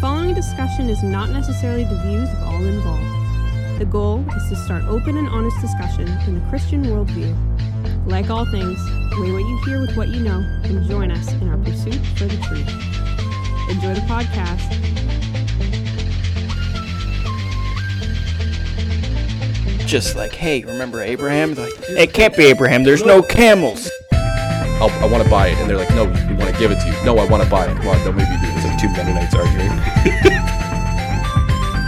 following discussion is not necessarily the views of all involved. The goal is to start open and honest discussion in the Christian worldview. Like all things, weigh what you hear with what you know and join us in our pursuit for the truth. Enjoy the podcast. Just like, hey, remember Abraham? They're like, it can't be Abraham. There's no camels. I'll, oh, I want to buy it. And they're like, no, we want to give it to you. No, I want to buy it. Come on, then maybe do this. Like two Mennonites arguing.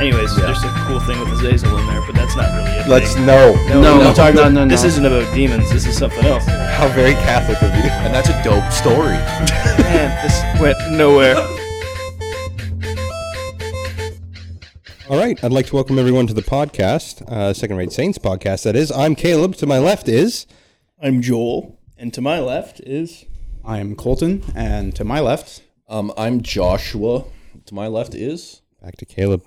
Anyways, there's a cool thing with Azazel in there, but that's not really it. Let's thing. no. No, we're talking no, about no, no. This isn't about demons. This is something else. how very Catholic of you. And that's a dope story. Man, this went nowhere. All right, I'd like to welcome everyone to the podcast, uh, Second Rate Saints podcast. That is, I'm Caleb. To my left is I'm Joel, and to my left is I am Colton, and to my left, Um, I'm Joshua. To my left is back to Caleb.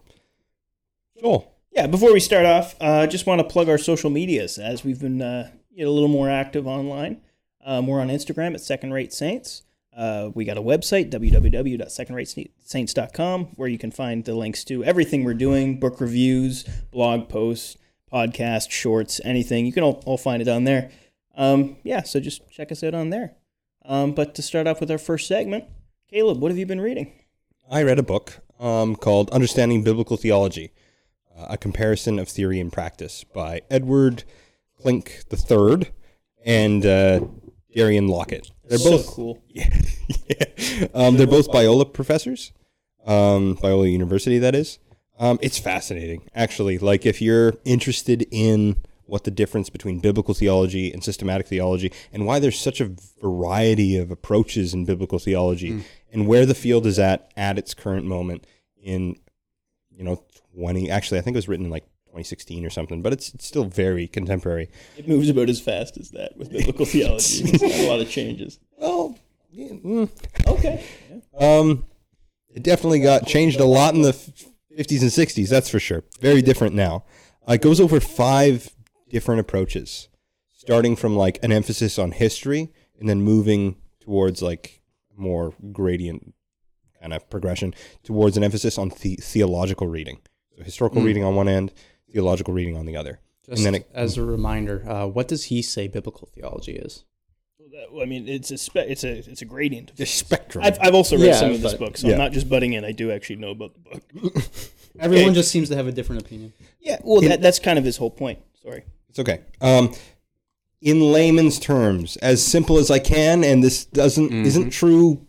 Joel, Yeah, before we start off, uh, just want to plug our social medias as we've been uh, get a little more active online. Um, we're on Instagram at Second Rate Saints. Uh, we got a website, www.secondratesaints.com, where you can find the links to everything we're doing book reviews, blog posts, podcasts, shorts, anything. You can all, all find it on there. Um, yeah, so just check us out on there. Um, but to start off with our first segment, Caleb, what have you been reading? I read a book um, called Understanding Biblical Theology: uh, A Comparison of Theory and Practice by Edward Clink III and uh, Darian Lockett. They're both so cool. yeah. Um, they're both Biola professors, um, Biola University, that is. Um, it's fascinating, actually. Like, if you're interested in what the difference between biblical theology and systematic theology, and why there's such a variety of approaches in biblical theology, and where the field is at at its current moment in, you know, 20, actually, I think it was written in like 2016 or something, but it's, it's still very contemporary. It moves about as fast as that with biblical theology. It's not a lot of changes. Well, yeah, mm. Okay. Um, it definitely got changed a lot in the f- 50s and 60s, that's for sure. Very different now. Uh, it goes over five different approaches, starting from like an emphasis on history and then moving towards like more gradient kind of progression towards an emphasis on the- theological reading. So historical reading on one end, theological reading on the other. just and then it, as a reminder, uh, what does he say biblical theology is? I mean, it's a spe- it's a it's a gradient. the spectrum. I've, I've also read Yeah, some of this but- book, so yeah. I'm not just butting in. I do actually know about the book. Everyone just seems to have a different opinion. Yeah. Well, that, that's kind of his whole point. Sorry. It's okay. Um, in layman's terms, as simple as I can, and this doesn't isn't true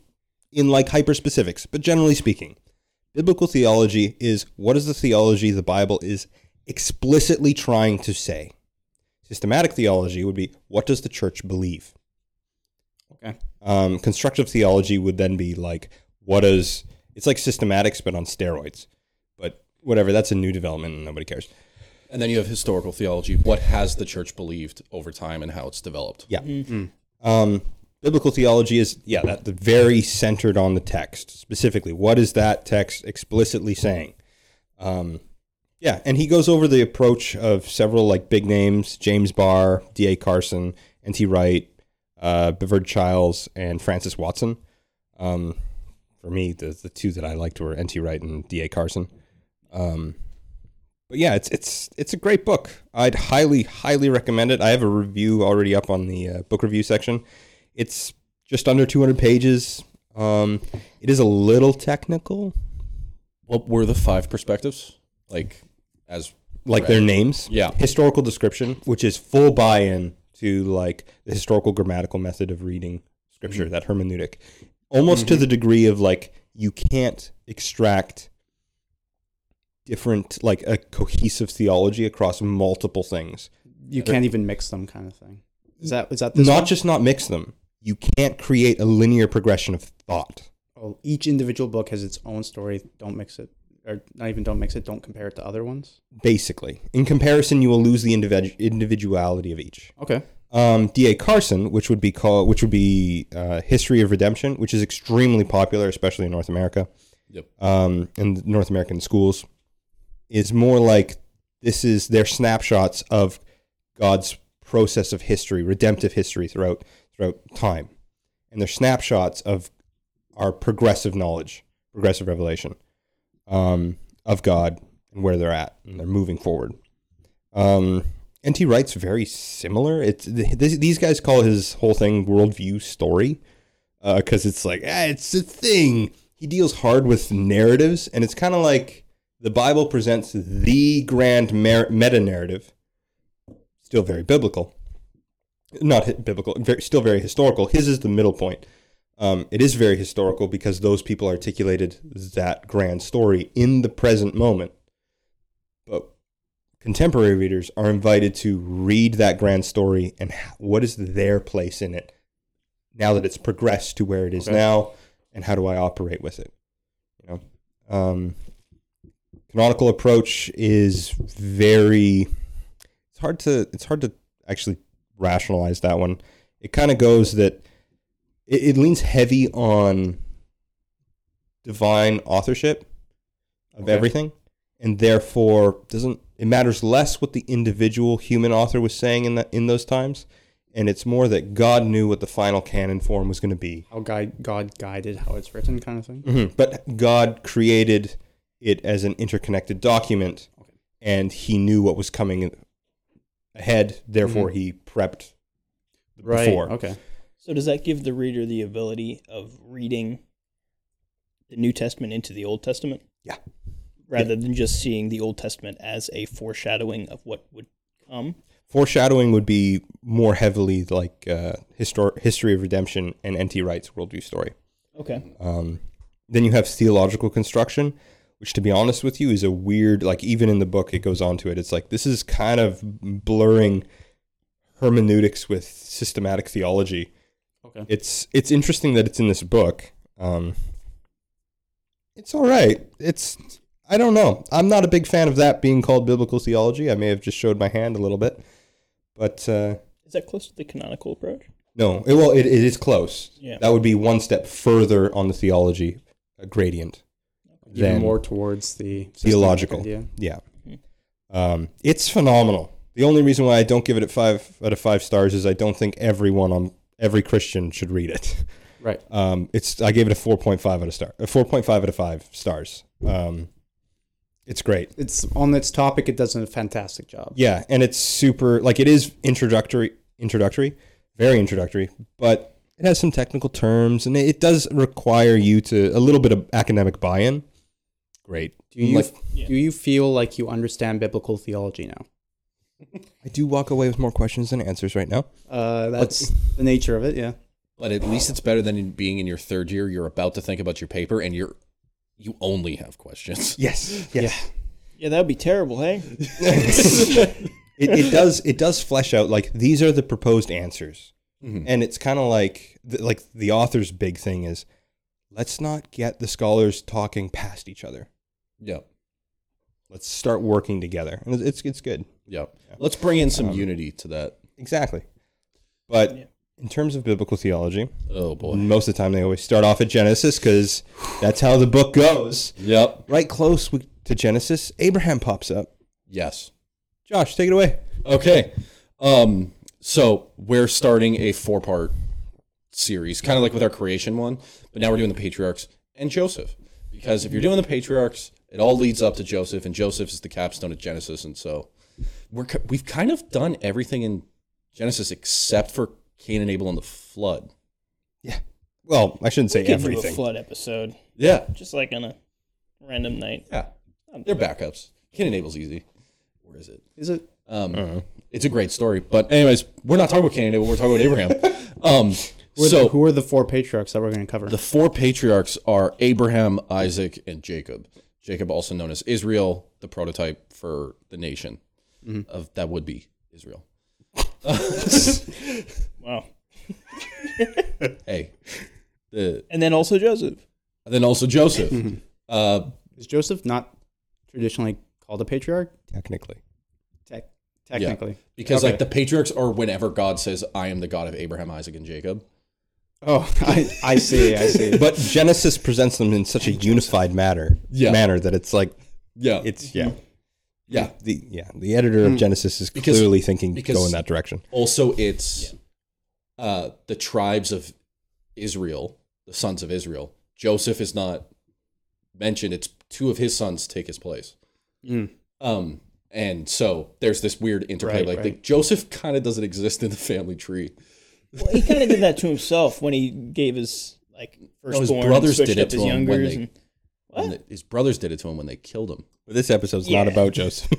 in like hyper specifics, but generally speaking, biblical theology is what is the theology the Bible is explicitly trying to say. Systematic theology would be what does the church believe. Okay. Um, constructive theology would then be like what is it's like systematics but on steroids. But whatever, that's a new development and nobody cares. And then you have historical theology. What has the church believed over time and how it's developed? Yeah. Um, biblical theology is yeah that the very centered on the text specifically. What is that text explicitly saying? Um, yeah, and he goes over the approach of several like big names: James Barr, D.A. Carson, N.T. Wright, uh, Beverd Childs, and Francis Watson. Um, for me, the the two that I liked were N.T. Wright and D.A. Carson. Um, but yeah, it's it's it's a great book. I'd highly highly recommend it. I have a review already up on the uh, book review section. It's just under 200 pages. Um, it is a little technical, What were the five perspectives? Like, as like their names. Yeah. Historical description, which is full buy-in to like the historical grammatical method of reading scripture, that hermeneutic, almost to the degree of like you can't extract different like a cohesive theology across multiple things. You can't even mix them, kind of thing. Is that is that this not one? just not mix them. You can't create a linear progression of thought. Oh, each individual book has its own story. Don't mix it, or not even don't mix it. Don't compare it to other ones. Basically, in comparison, you will lose the individu- individuality of each. Okay. Um, D.A. Carson, which would be called, which would be uh, History of Redemption, which is extremely popular, especially in North America, Yep. um, in North American schools, is more like this is their snapshots of God's process of history, redemptive history throughout throughout time, and they're snapshots of our progressive knowledge, progressive revelation. um, of God and where they're at, and they're moving forward. Um, NT Wright's very similar. It's th- this, these guys call his whole thing worldview story because it's like ah, it's a thing. He deals hard with narratives, and it's kind of like the Bible presents the grand mer- meta narrative, still very biblical, not hi- biblical, very, still very historical. His is the middle point. Um, it is very historical because those people articulated that grand story in the present moment. But contemporary readers are invited to read that grand story and h- what is their place in it now that it's progressed to where it is now and how do I operate with it? You know, um, canonical approach is very it's hard to it's hard to actually rationalize that one. It kind of goes that it, it leans heavy on divine authorship of everything and therefore doesn't it matters less what the individual human author was saying in that in those times and it's more that god knew what the final canon form was going to be How guide, God guided how it's written, kind of thing. Mhm. but god created it as an interconnected document and he knew what was coming ahead therefore he prepped before Okay. So does that give the reader the ability of reading the New Testament into the Old Testament? Yeah. Rather than just seeing the Old Testament as a foreshadowing of what would come. foreshadowing would be more heavily like uh, histor- history of redemption and nt wright's worldview story Okay. Um, then you have theological construction, which, to be honest with you, is a weird. Like even in the book, it goes on to it. It's like this is kind of blurring hermeneutics with systematic theology. Okay. It's it's interesting that it's in this book. Um, it's all right. It's I don't know. I'm not a big fan of that being called biblical theology. I may have just showed my hand a little bit, but uh, Is that close to the canonical approach? no. It, well, it, it is close. Yeah. That would be one step further on the theology uh, gradient. Even than more towards the systematic theological. idea. Yeah. Mhm. Um, it's phenomenal. The only reason why I don't give it at five out of five stars is I don't think everyone on every Christian should read it. Right. Um, it's I gave it a four point five out of star, four point five out of five stars. Um, it's great. It's on its topic. It does a fantastic job. Yeah, and it's super like it is introductory, introductory, very introductory, but it has some technical terms and it does require you to a little bit of academic buy-in. Great. Do you Like- do you feel like you understand biblical theology now? I do walk away with more questions than answers right now. Uh, that's the nature of it. Yeah. But at least it's better than in being in your third year. You're about to think about your paper, and you're you only have questions. Yes. Yes. Yeah, that would be terrible, hey? It, it does it does flesh out like these are the proposed answers. And it's kind of like th- like the author's big thing is let's not get the scholars talking past each other. Yep. Let's start working together. And it's it's good. Yep. Let's bring in some unity to that. Exactly. But in terms of biblical theology, Oh boy. most of the time they always start off at Genesis because that's how the book goes. Yep. Right close we- to Genesis, Abraham pops up. Yes. Josh, take it away. Okay. Um, so we're starting a four part series, kind of like with our creation one, but now we're doing the patriarchs and Joseph. Because if you're doing the patriarchs, it all leads up to Joseph, and Joseph is the capstone of Genesis. And so we're, ki- we've kind of done everything in Genesis except for Cain and Abel and the flood. Well, I shouldn't say Give you a everything. flood episode. Yeah. Just like on a random night. Yeah. They're backups. Cain and Abel's easy. Where is it? Is it? Um, it's a great story. But, anyways, we're not talking about Cain and Abel, we're talking about Abraham. Um, Who are, so the, who are the four patriarchs that we're going to cover? The four patriarchs are Abraham, Isaac, and Jacob. Jacob, also known as Israel, the prototype for the nation of that would be Israel. Wow. Hey, the, And then also Joseph. and then also Joseph. uh, Is Joseph not traditionally called a patriarch? Technically. Tec- yeah. technically. because like the patriarchs are whenever God says, "I am the God of Abraham, Isaac, and Jacob." Oh, I, I see. I see. But Genesis presents them in such a unified matter, Yeah. manner that it's like, Yeah, it's, yeah. yeah. The, Uh, mm-hmm. yeah, Mm. the editor of Genesis is Because- clearly thinking go because- in that direction. Also, it's uh, the tribes of Israel, the sons of Israel. Joseph is not mentioned it's two of his sons take his place. Hmm. Um, and so there's this weird interplay. Right, like, right. like Joseph kind of doesn't exist in the family tree. Well, he kind of did that to himself when he gave his like his firstborn. brothers switched did it up his to him when youngers they- and- And that his brothers did it to him when they killed him. But this episode's not Yeah. about Joseph.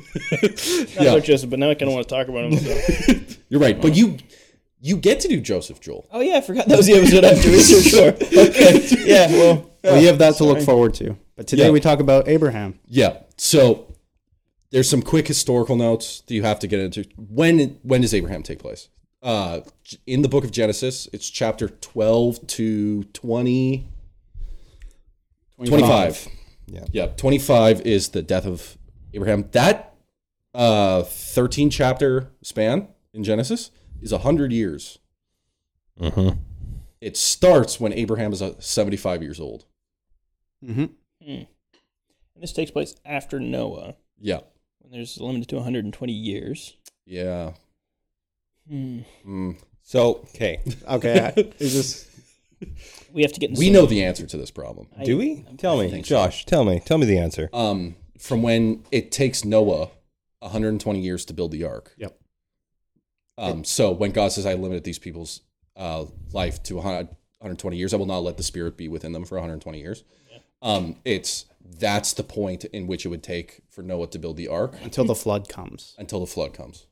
Not about Joseph, but now I kind of want to talk about him. So. You're right, but you you get to do Joseph Joel. Oh yeah, I forgot that was the episode I'm doing. Sure. Okay. Yeah. Well. Well, you have that to look forward to. But today Yeah. we talk about Abraham. Yeah. So there's some quick historical notes that you have to get into. When when does Abraham take place? Uh, in the book of Genesis, it's chapter 12 to 20, 25. Yeah. Yeah. 25 is the death of Abraham. That uh, 13 chapter span in Genesis is 100 years. Mhm. It starts when Abraham is uh, 75 years old. Hmm. This takes place after Noah, Yeah. when there's limited to 120 years. Yeah. So, okay. Okay, I, it's just We have to get. in We some- know the answer to this problem. Do we? Tell me, Josh. Tell me. Tell me the answer. um, from when it takes Noah 120 years to build the ark. Yep. Um, so when God says, "I limited these people's uh, life to 100 120 years, I will not let the spirit be within them for 120 years." Um, it's that's the point in which it would take for Noah to build the ark until the flood comes, until the flood comes.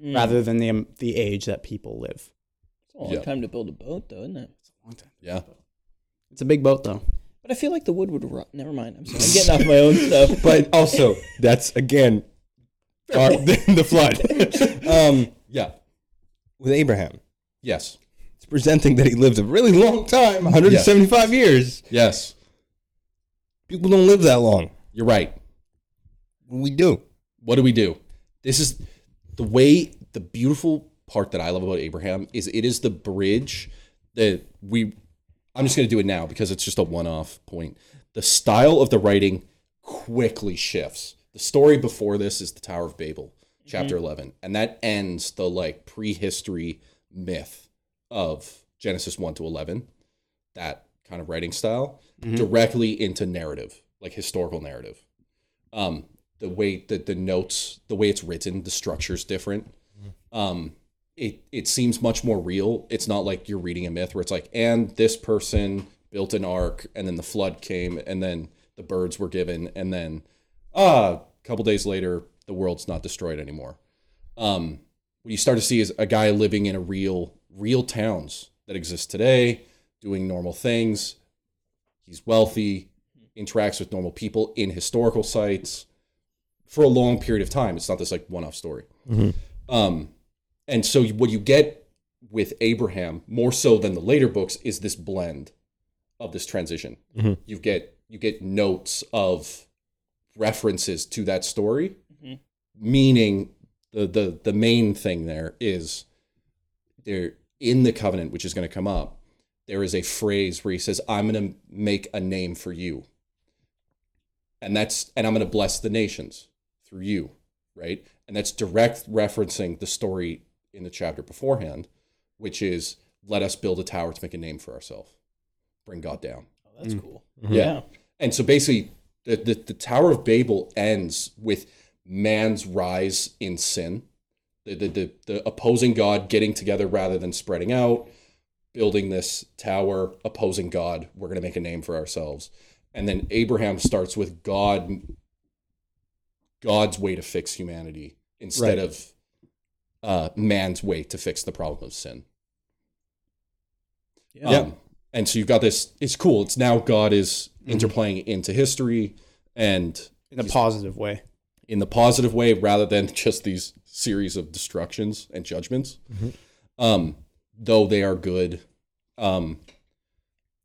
Hmm. rather than the um, the age that people live. It's a long Yeah. time to build a boat, though, isn't it? Yeah. It's a big boat, though. But I feel like the wood would rot. Never mind. I'm, sorry. I'm getting off my own stuff. But also, that's again our, the flood. Um, Yeah. with Abraham, Yes. it's presenting that he lived a really long time 175 years. Yes. People don't live that long. You're right. We do. what do we do? This is the way the beautiful part that I love about Abraham is it is the bridge that we I'm just going to do it now because it's just a one-off point. The style of the writing quickly shifts. The story before this is the Tower of Babel, chapter 11, and that ends the like prehistory myth of Genesis 1 to 11. That kind of writing style directly into narrative, like historical narrative um the way that the notes the way it's written the structure's different um it it seems much more real it's not like you're reading a myth where it's like and this person built an ark and then the flood came and then the birds were given and then ah a couple days later the world's not destroyed anymore um what you start to see is a guy living in a real real towns that exist today doing normal things he's wealthy interacts with normal people in historical sites for a long period of time. It's not this like one-off story. Um, and so you- what you get with Abraham more so than the later books is this blend of this transition. You get you get notes of references to that story, Mm-hmm. meaning the the the main thing there is there in the covenant, which is going to come up there is a phrase where he says, I'm going to make a name for you. And that's, and I'm going to bless the nations through you, right? And that's direct referencing the story in the chapter beforehand, which is, let us build a tower to make a name for ourselves, bring God down. Oh, that's cool. Yeah. And so basically, the, the, the Tower of Babel ends with man's rise in sin, the, the, the, the opposing God getting together rather than spreading out, building this tower, opposing God. We're going to make a name for ourselves. And then Abraham starts with God, God's way to fix humanity instead Right. of uh, man's way to fix the problem of sin. Yeah. Um, and so you've got this. It's cool. It's now God is interplaying into history and In a positive way. in the positive way rather than just these series of destructions and judgments. Um, though they are good um,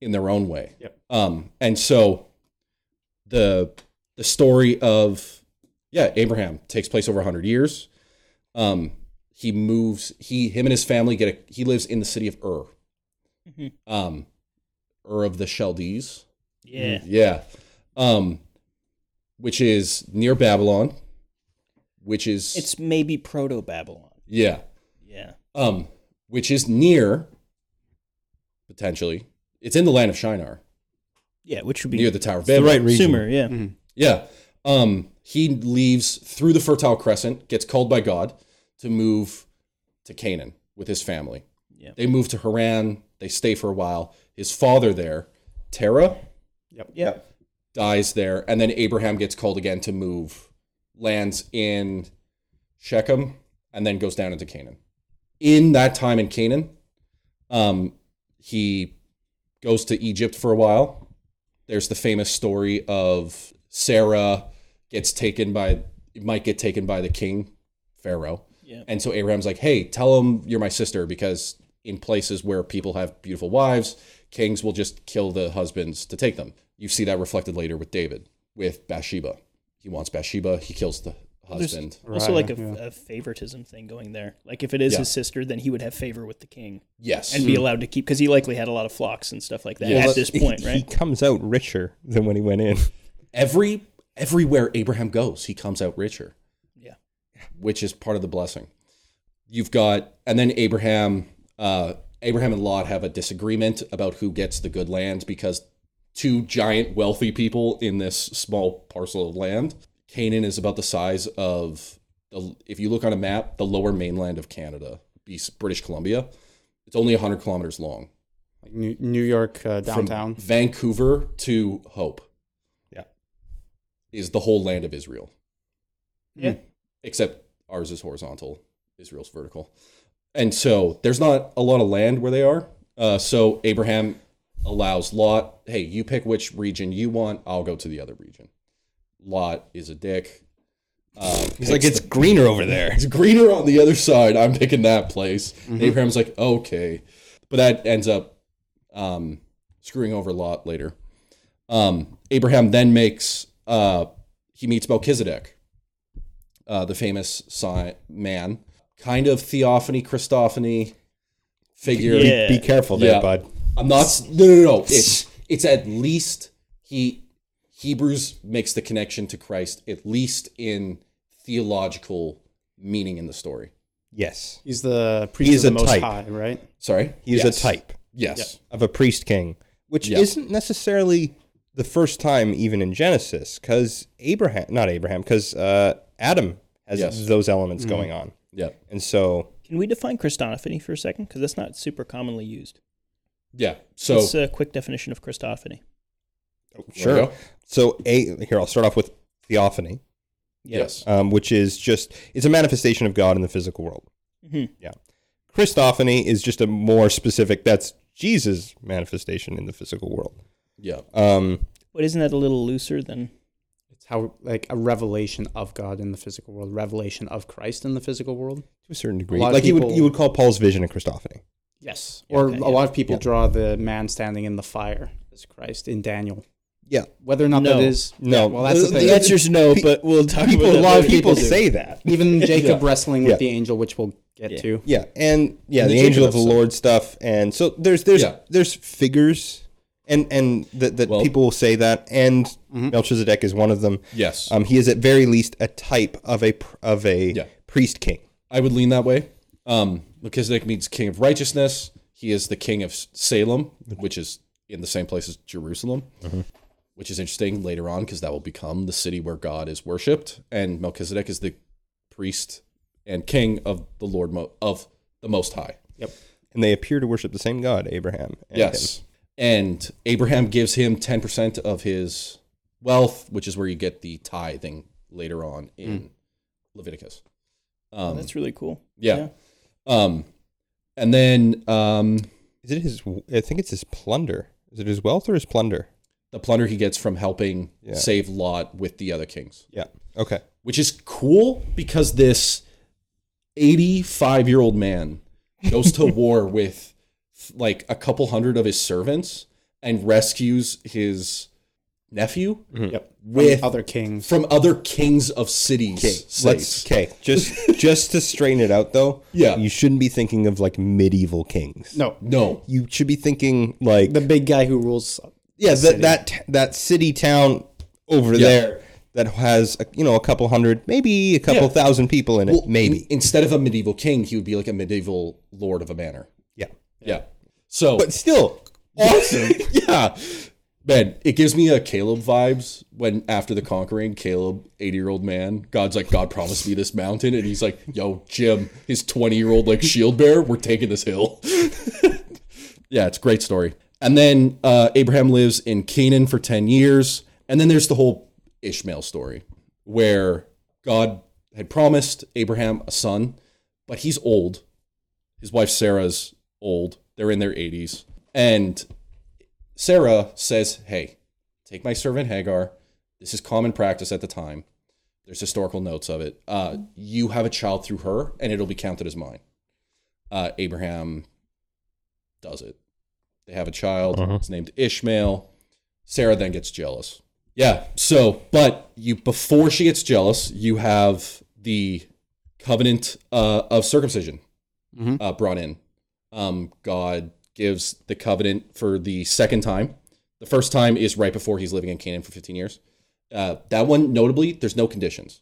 in their own way. Yep. Um, and so the the story of yeah Abraham takes place over 100 years. Um, he moves. He him and his family get. A, he lives in the city of Ur. Um, Ur of the Chaldees. Yeah. Yeah. Um, which is near Babylon, which is It's maybe proto Babylon. yeah, Yeah. um, which is near potentially. It's in the land of Shinar, Yeah, which would be near the Tower of the Babel. Mm. right region. Sumer. Yeah, Yeah. Um, he leaves through the Fertile Crescent, gets called by God to move to Canaan with his family. Yeah. They move to Haran. They stay for a while. His father there, Terah, yeah. dies there. And then Abraham gets called again to move, lands in Shechem, and then goes down into Canaan. In that time in Canaan, um, he goes to Egypt for a while. There's the famous story of Sarah gets taken by might get taken by the king Pharaoh. Yeah. And so Abraham's like, "Hey, tell him you're my sister because in places where people have beautiful wives, kings will just kill the husbands to take them." You see that reflected later with David with Bathsheba. He wants Bathsheba, he kills the There's husband. also Right, like a, yeah. a favoritism thing going there. Like if it is Yeah. Hmm. his sister, then he would have favor with the king yes. and be allowed to keep because he likely had a lot of flocks and stuff like that Yes. at this point, he, right? He comes out richer than when he went in. every everywhere Abraham goes, he comes out richer. Yeah. Which is part of the blessing. You've got and then Abraham uh Abraham and Lot have a disagreement about who gets the good land because two giant wealthy people in this small parcel of land. Canaan is about the size of the if you look on a map, the lower mainland of Canada, be British Columbia. It's only 100 kilometers long. Like New, New York uh, From downtown. Vancouver to Hope. Yeah. Is the whole land of Israel. Hmm. Yeah. Except ours is horizontal, Israel's vertical. And so there's not a lot of land where they are. Uh, so Abraham allows Lot, hey, you pick which region you want, I'll go to the other region. Lot is a dick. Uh, He's like, it's greener over there. it's greener on the other side. I'm picking that place. And Abraham's like, okay. But that ends up um, screwing over Lot later. Um, Abraham then makes, uh, he meets Melchizedek, uh, the famous si- man, kind of theophany, Christophany figure. Yeah. Be careful there, Yeah. bud. I'm not. s- No, no, no. It's it's at least he Hebrews makes the connection to Christ at least in theological meaning in the story. Yes. He's the priest is a of the Most type. High, right? Sorry. He's Yes. a type Yes. of a priest king, which Yeah. isn't necessarily the first time even in Genesis, because Abraham, not Abraham, because uh, Adam has Yes. Mm-hmm. those elements going on. Yeah. And so Can we define Christophany for a second? Because that's not super commonly used. Yeah. So What's a quick definition of Christophany? Oh, There uh, Sure. we go. So a here I'll start off with theophany, yes. um, which is just it's a manifestation of God in the physical world. Mhm. Yeah, Christophany is just a more specific. That's Jesus' manifestation in the physical world. Yeah. Um, But isn't that a little looser than? It's how like a revelation of God in the physical world, revelation of Christ in the physical world. to a certain degree, lot of like you would people- you would call Paul's vision a Christophany. Yes. Yeah, Or okay, a yeah. lot of people Yeah. draw the man standing in the fire as Christ in Daniel. Yeah. Whether or not No. that is No. well, that's the The thing. answer- answer's no, Pe- but we'll talk People, about a that lot of later. people say that. Even Jacob wrestling with Yeah. the angel, which we'll get Yeah. to. Yeah, and yeah, And the, the angel Jacob of the episode. Lord stuff, and so there's there's Yeah. there's figures, and and that that Well- people will say that, and Melchizedek is one of them. Yes. Um, he is at very least a type of a pr- of a Yeah. priest king. I would lean that way. Um, Melchizedek means king of righteousness. He is the king of Salem, which is in the same place as Jerusalem, Mm-hmm. which is interesting later on because that will become the city where God is worshipped. And Melchizedek is the priest and king of the Lord Mo- of the Most High. And they appear to worship the same God, Abraham. and him. Yes. And Abraham gives him 10% of his wealth, which is where you get the tithing later on in Leviticus. Um, oh, That's really cool. yeah. Um, and then um, Is it his? I think it's his plunder. Is it his wealth or his plunder? the plunder he gets from helping Yeah. save Lot with the other kings, Yeah. Okay. which is cool because this 85 year old man goes to war with like a couple hundred of his servants and rescues his nephew Yep. With- From other kings. from other kings of cities. Let's States. okay. Just just to straighten it out, though. Yeah. You shouldn't be thinking of like medieval kings. No. No. You should be thinking like The big guy who rules yeah that that that city town over Yeah. there that has a, you know a couple hundred, maybe a couple Yeah. thousand people in it, Well, in- maybe. instead of a medieval king, he would be like a medieval lord of a manor. Yeah. Yeah. So But still, awesome. yeah. Man, it gives me a Caleb vibes when after the conquering, Caleb, 80 year old man, God's like, God promised me this mountain. And he's like, yo, Jim, his 20 year old like shield bearer, we're taking this hill. yeah, it's a great story. And then uh, Abraham lives in Canaan for 10 years. And then there's the whole Ishmael story where God had promised Abraham a son, but he's old. His wife Sarah's old. They're in their 80s. And Sarah says, Hey, take my servant Hagar. This is common practice at the time. There's historical notes of it. Uh, you have a child through her, and it'll be counted as mine. Uh, Abraham does it. They have a child. It's named Ishmael. Sarah then gets jealous. Yeah. So, but you before she gets jealous, you have the covenant uh, of circumcision uh, brought in. Um, God gives the covenant for the second time. The first time is right before he's living in Canaan for 15 years. Uh, that one, notably, there's no conditions.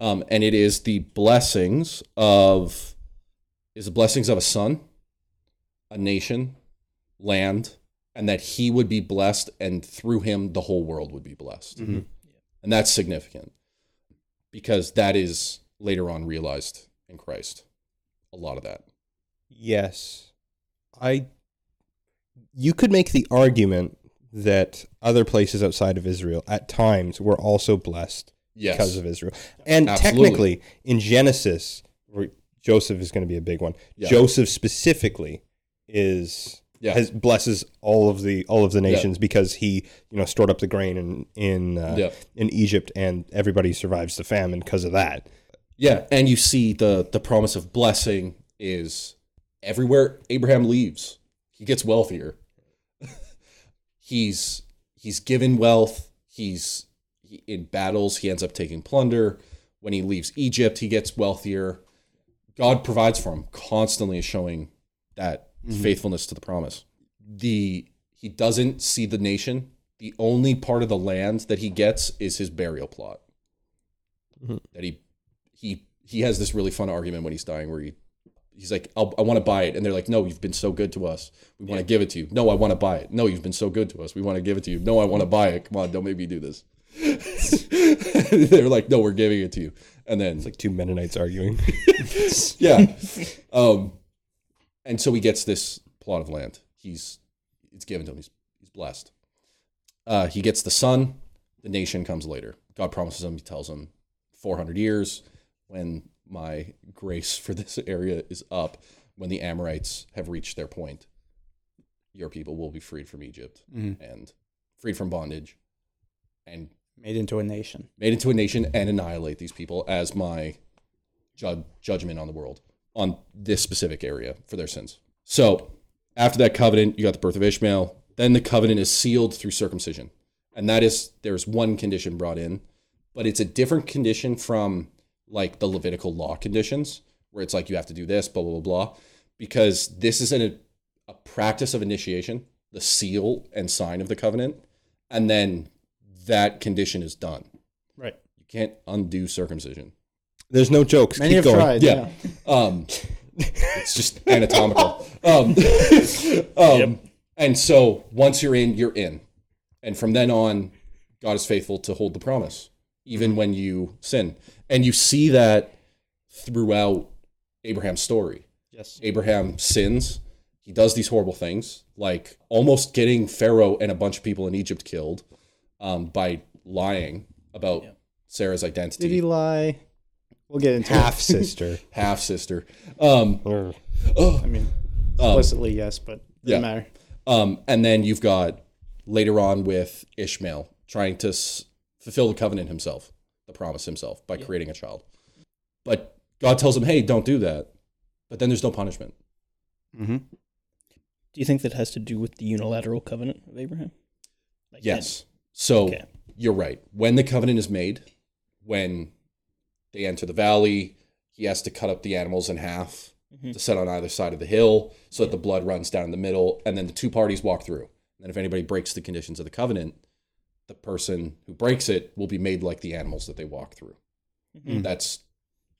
Um, and it is the blessings of is the blessings of a son, a nation, land, and that he would be blessed, and through him the whole world would be blessed. And that's significant because that is later on realized in Christ. A lot of that. Yes. I you could make the argument that other places outside of Israel at times were also blessed Yes. because of Israel. And Absolutely. technically in Genesis where Joseph is going to be a big one. Yeah. Joseph specifically is Yeah. has blesses all of the all of the nations because he, you know, stored up the grain in in uh, Yeah. in Egypt and everybody survives the famine because of that. Yeah, and you see the the promise of blessing is everywhere Abraham leaves, he gets wealthier. he's he's given wealth. He's he, in battles. He ends up taking plunder. When he leaves Egypt, he gets wealthier. God provides for him constantly, is showing that faithfulness to the promise. The he doesn't see the nation. The only part of the land that he gets is his burial plot. That he he he has this really fun argument when he's dying where he he's like I'll, i want to buy it and they're like no you've been so good to us we want to give it to you no i want to buy it no you've been so good to us we want to give it to you no i want to buy it come on don't make me do this they're like no we're giving it to you and then Like two Mennonites arguing. yeah um and so he gets this plot of land he's it's given to him he's, he's blessed uh he gets the son the nation comes later god promises him he tells him 400 years when my grace for this area is up when the amorites have reached their point your people will be freed from egypt and freed from bondage and Made into a nation. made into a nation and annihilate these people as my ju- judgment on the world on this specific area for their sins. So after that covenant, you got the birth of Ishmael. Then the covenant is sealed through circumcision, and that is there's one condition brought in, but it's a different condition from like the Levitical law conditions where it's like you have to do this, blah blah blah, blah because this is an, a practice of initiation, the seal and sign of the covenant, and then that condition is done. Right. You can't undo circumcision. There's no jokes. Many Keep have going. tried. Yeah. Yeah. Um, it's just anatomical. Um, um, And so once you're in, you're in. And from then on, God is faithful to hold the promise, even when you sin. And you see that throughout Abraham's story. Yes. Abraham sins. He does these horrible things, like almost getting Pharaoh and a bunch of people in Egypt killed um, by lying about Sarah's identity. Did he lie? We'll get into Half sister. half sister. Um, it. I mean, explicitly yes, but yeah. doesn't matter. um, and then you've got later on with Ishmael trying to s- fulfill the covenant himself, the promise himself, by creating a child. But God tells him, hey, don't do that. But then there's no punishment. Mm-hmm. Do you think that has to do with the unilateral covenant of Abraham? Like, Yes. So Okay. you're right. When the covenant is made, when they enter the valley, he has to cut up the animals in half to set on either side of the hill so that the blood runs down in the middle, and then the two parties walk through. And then if anybody breaks the conditions of the covenant, the person who breaks it will be made like the animals that they walk through. That's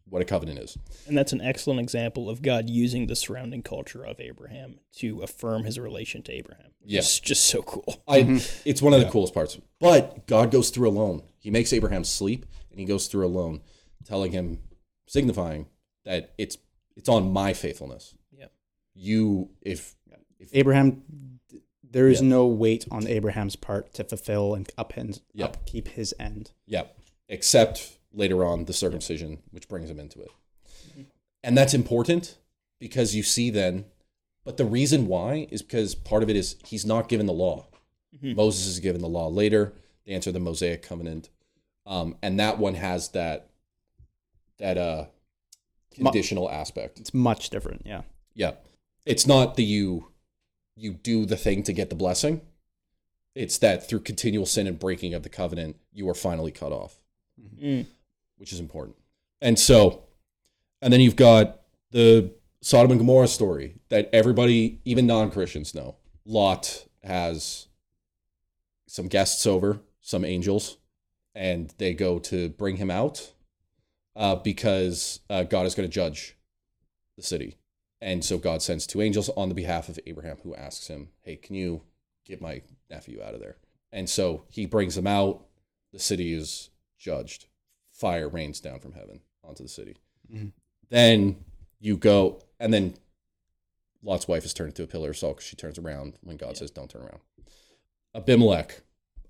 what a covenant is. And that's an excellent example of God using the surrounding culture of Abraham to affirm his relation to Abraham. Yeah. It's just so cool. I, It's one of the coolest parts. But God goes through alone. He makes Abraham sleep, and he goes through alone, telling him, signifying that it's it's on my faithfulness. Yeah. You, if Abraham, there is no weight on Abraham's part to fulfill and upend, Yeah. upkeep his end. Yeah. Except later on the circumcision, which brings him into it. And that's important because you see then, but the reason why is because part of it is he's not given the law. Moses is given the law later. They enter the Mosaic covenant. Um, and that one has that that uh Mu- conditional aspect. It's much different. Yeah. Yeah. It's not that you you do the thing to get the blessing. It's that through continual sin and breaking of the covenant, you are finally cut off. Mm-hmm. Mm. Which is important. And so and then you've got the Sodom and Gomorrah story that everybody, even non-Christians know. Lot has some guests over, some angels, and they go to bring him out uh, because uh, God is going to judge the city. And so God sends two angels on the behalf of Abraham who asks him, Hey, can you get my nephew out of there? And so he brings them out. The city is judged. Fire rains down from heaven onto the city. Then you go, and then Lot's wife is turned into a pillar of salt because she turns around when God says, Don't turn around. Abimelech,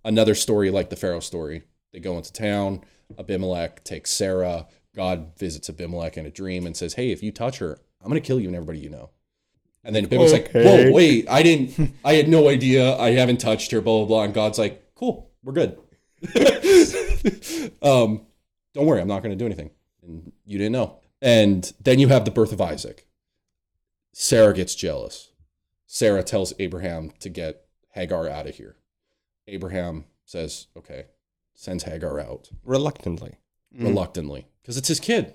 another story like the Pharaoh story. They go into town. Abimelech takes Sarah. God visits Abimelech in a dream and says, Hey, if you touch her, I'm going to kill you and everybody you know. And then Abimelech's like, Whoa, wait, I didn't, I had no idea. I haven't touched her, blah, blah, blah. And God's like, Cool, we're good. um, don't worry, I'm not going to do anything. And you didn't know. And then you have the birth of Isaac. Sarah gets jealous. Sarah tells Abraham to get Hagar out of here. Abraham says, okay, sends Hagar out Reluctantly. reluctantly because it's his kid.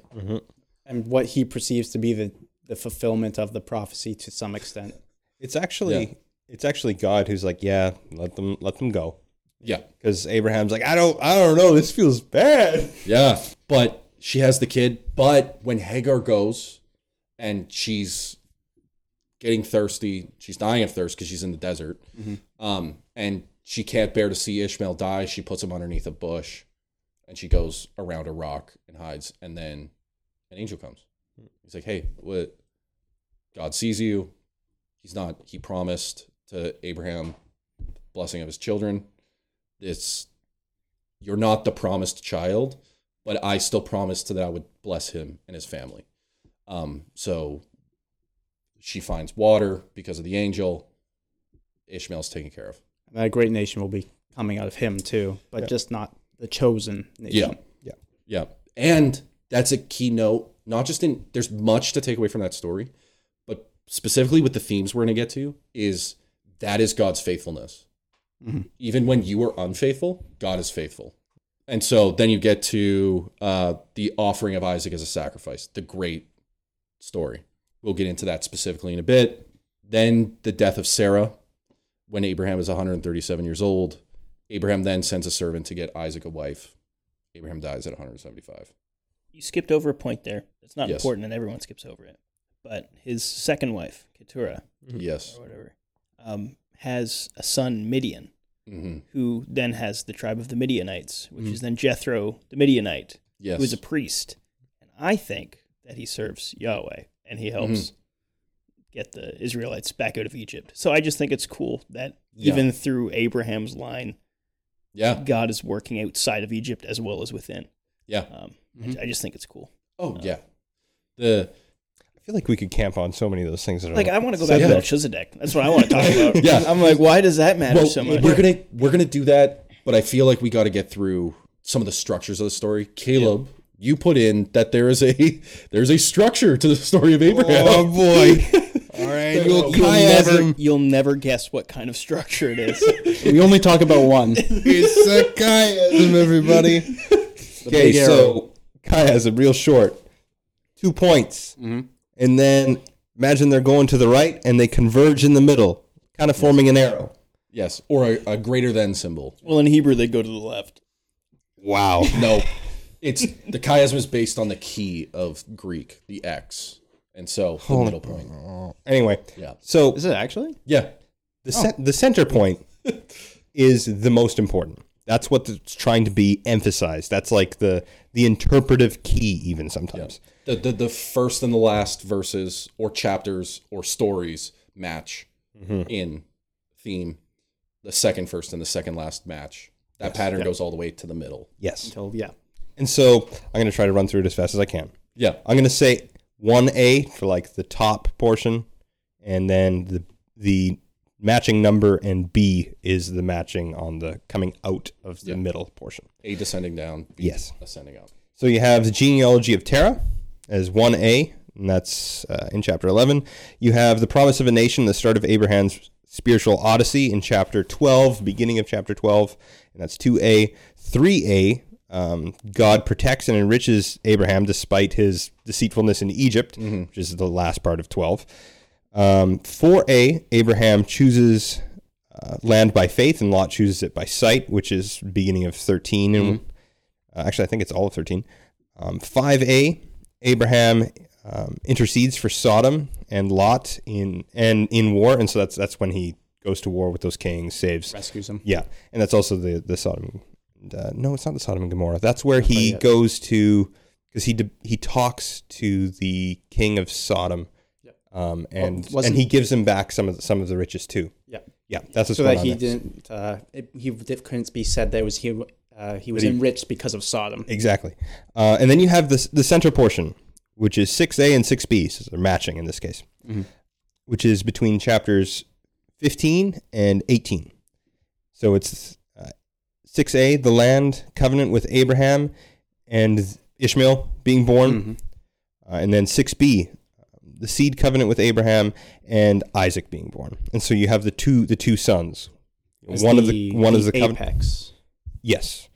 And what he perceives to be the, the fulfillment of the prophecy to some extent. It's actually it's actually God who's like, yeah, let them let them go. Yeah. Because Abraham's like, I don't I don't know, this feels bad. Yeah. But she has the kid. But when Hagar goes and she's getting thirsty, she's dying of thirst because she's in the desert. Um, and she can't bear to see Ishmael die. She puts him underneath a bush and she goes around a rock and hides. And then an angel comes. He's like, hey, what? God sees you. He's not, he promised to Abraham blessing of his children. It's you're not the promised child, but I still promised that I would bless him and his family. Um, so she finds water because of the angel. Ishmael's taken care of. And a great nation will be coming out of him too, but just not the chosen nation. Yeah. Yeah. And that's a keynote, not just in there's much to take away from that story, but specifically with the themes we're gonna get to is that is God's faithfulness. Even when you are unfaithful, God is faithful. And so then you get to uh, the offering of Isaac as a sacrifice, the great story. We'll get into that specifically in a bit. Then the death of Sarah when Abraham is 137 years old. Abraham then sends a servant to get Isaac a wife. Abraham dies at 175. You skipped over a point there. It's not Yes. important and everyone skips over it. But his second wife, Keturah, Yes. or whatever, um, has a son, Midian, hmm who then has the tribe of the Midianites, which Mm-hmm. is then Jethro the Midianite, Yes. who is a priest. And I think that he serves Yahweh and Mm-hmm. he helps get the Israelites back out of Egypt. So I just think it's cool that Yeah. even through Abraham's line, yeah. God is working outside of Egypt as well as within. Yeah. Um, I- Mm-hmm. I just think it's cool. Oh, yeah. The I feel like we could camp on so many of those things that are Like I want to go back Yeah. to Melchizedek. That's what I want to talk about. Yeah. I'm like, why does that matter well, so much? we're gonna we're gonna do that, but I feel like we got to get through some of the structures of the story. Caleb, you put in that there is a there's a structure to the story of Abraham. Oh boy. All right. You'll, You'll never, chiasm. you'll never guess what kind of structure it is. We only talk about one. It's a chiasm, everybody. okay, big so chiasm, real short. Two points. And then imagine they're going to the right and they converge in the middle, kind of forming an arrow. Yes, or a, a greater than symbol. well, in Hebrew, they go to the left. Wow. No, It's the chiasm is based on the key of Greek, the X, and so the middle point. Anyway, Yeah. So Is it actually? Yeah, the cen- the center point is the most important. That's what it's trying to be emphasized. That's like the the interpretive key, even sometimes. the, the the first and the last verses or chapters or stories match Mm-hmm. in theme. The second first and the second last match. That pattern goes all the way to the middle. Yes. Until yeah. And so I'm going to try to run through it as fast as I can. Yeah, I'm going to say 1A for like the top portion, and then the the matching number and B is the matching on the coming out of the Yeah. middle portion. A descending down. B Yes. ascending up. So you have the genealogy of Terra as 1A, and that's uh, in chapter 11. You have the promise of a nation, the start of Abraham's spiritual odyssey in chapter 12, beginning of chapter 12, and that's 2A. 3A, um, God protects and enriches Abraham despite his deceitfulness in Egypt, which is the last part of 12. Um, 4A, Abraham chooses uh, land by faith, and Lot chooses it by sight, which is beginning of 13 and uh, actually, I think it's all of 13. Um, 5a, Abraham um, intercedes for Sodom and Lot in and in war, and so that's that's when he goes to war with those kings, saves. Rescues him. Yeah, and that's also the the Sodom. And, uh, no, it's not the Sodom and Gomorrah. That's where he goes to because he de- he talks to the king of Sodom, um, and and wasn't- he gives him back some of the, some of the riches too. Yeah. Yeah, that's what's So going that on he next. didn't, uh, it, he di- couldn't be said that it was he, uh, he was he- enriched because of Sodom. Exactly. Uh, and then you have this, the center portion, which is 6A and 6B. So they're matching in this case, which is between chapters 15 and 18. So it's uh, 6A, the land covenant with Abraham and Ishmael being born. Mm-hmm. Uh, and then 6B, the seed covenant with Abraham and Isaac being born. And so you have the two the two sons. As one of the one is the covenant. apex. Yes,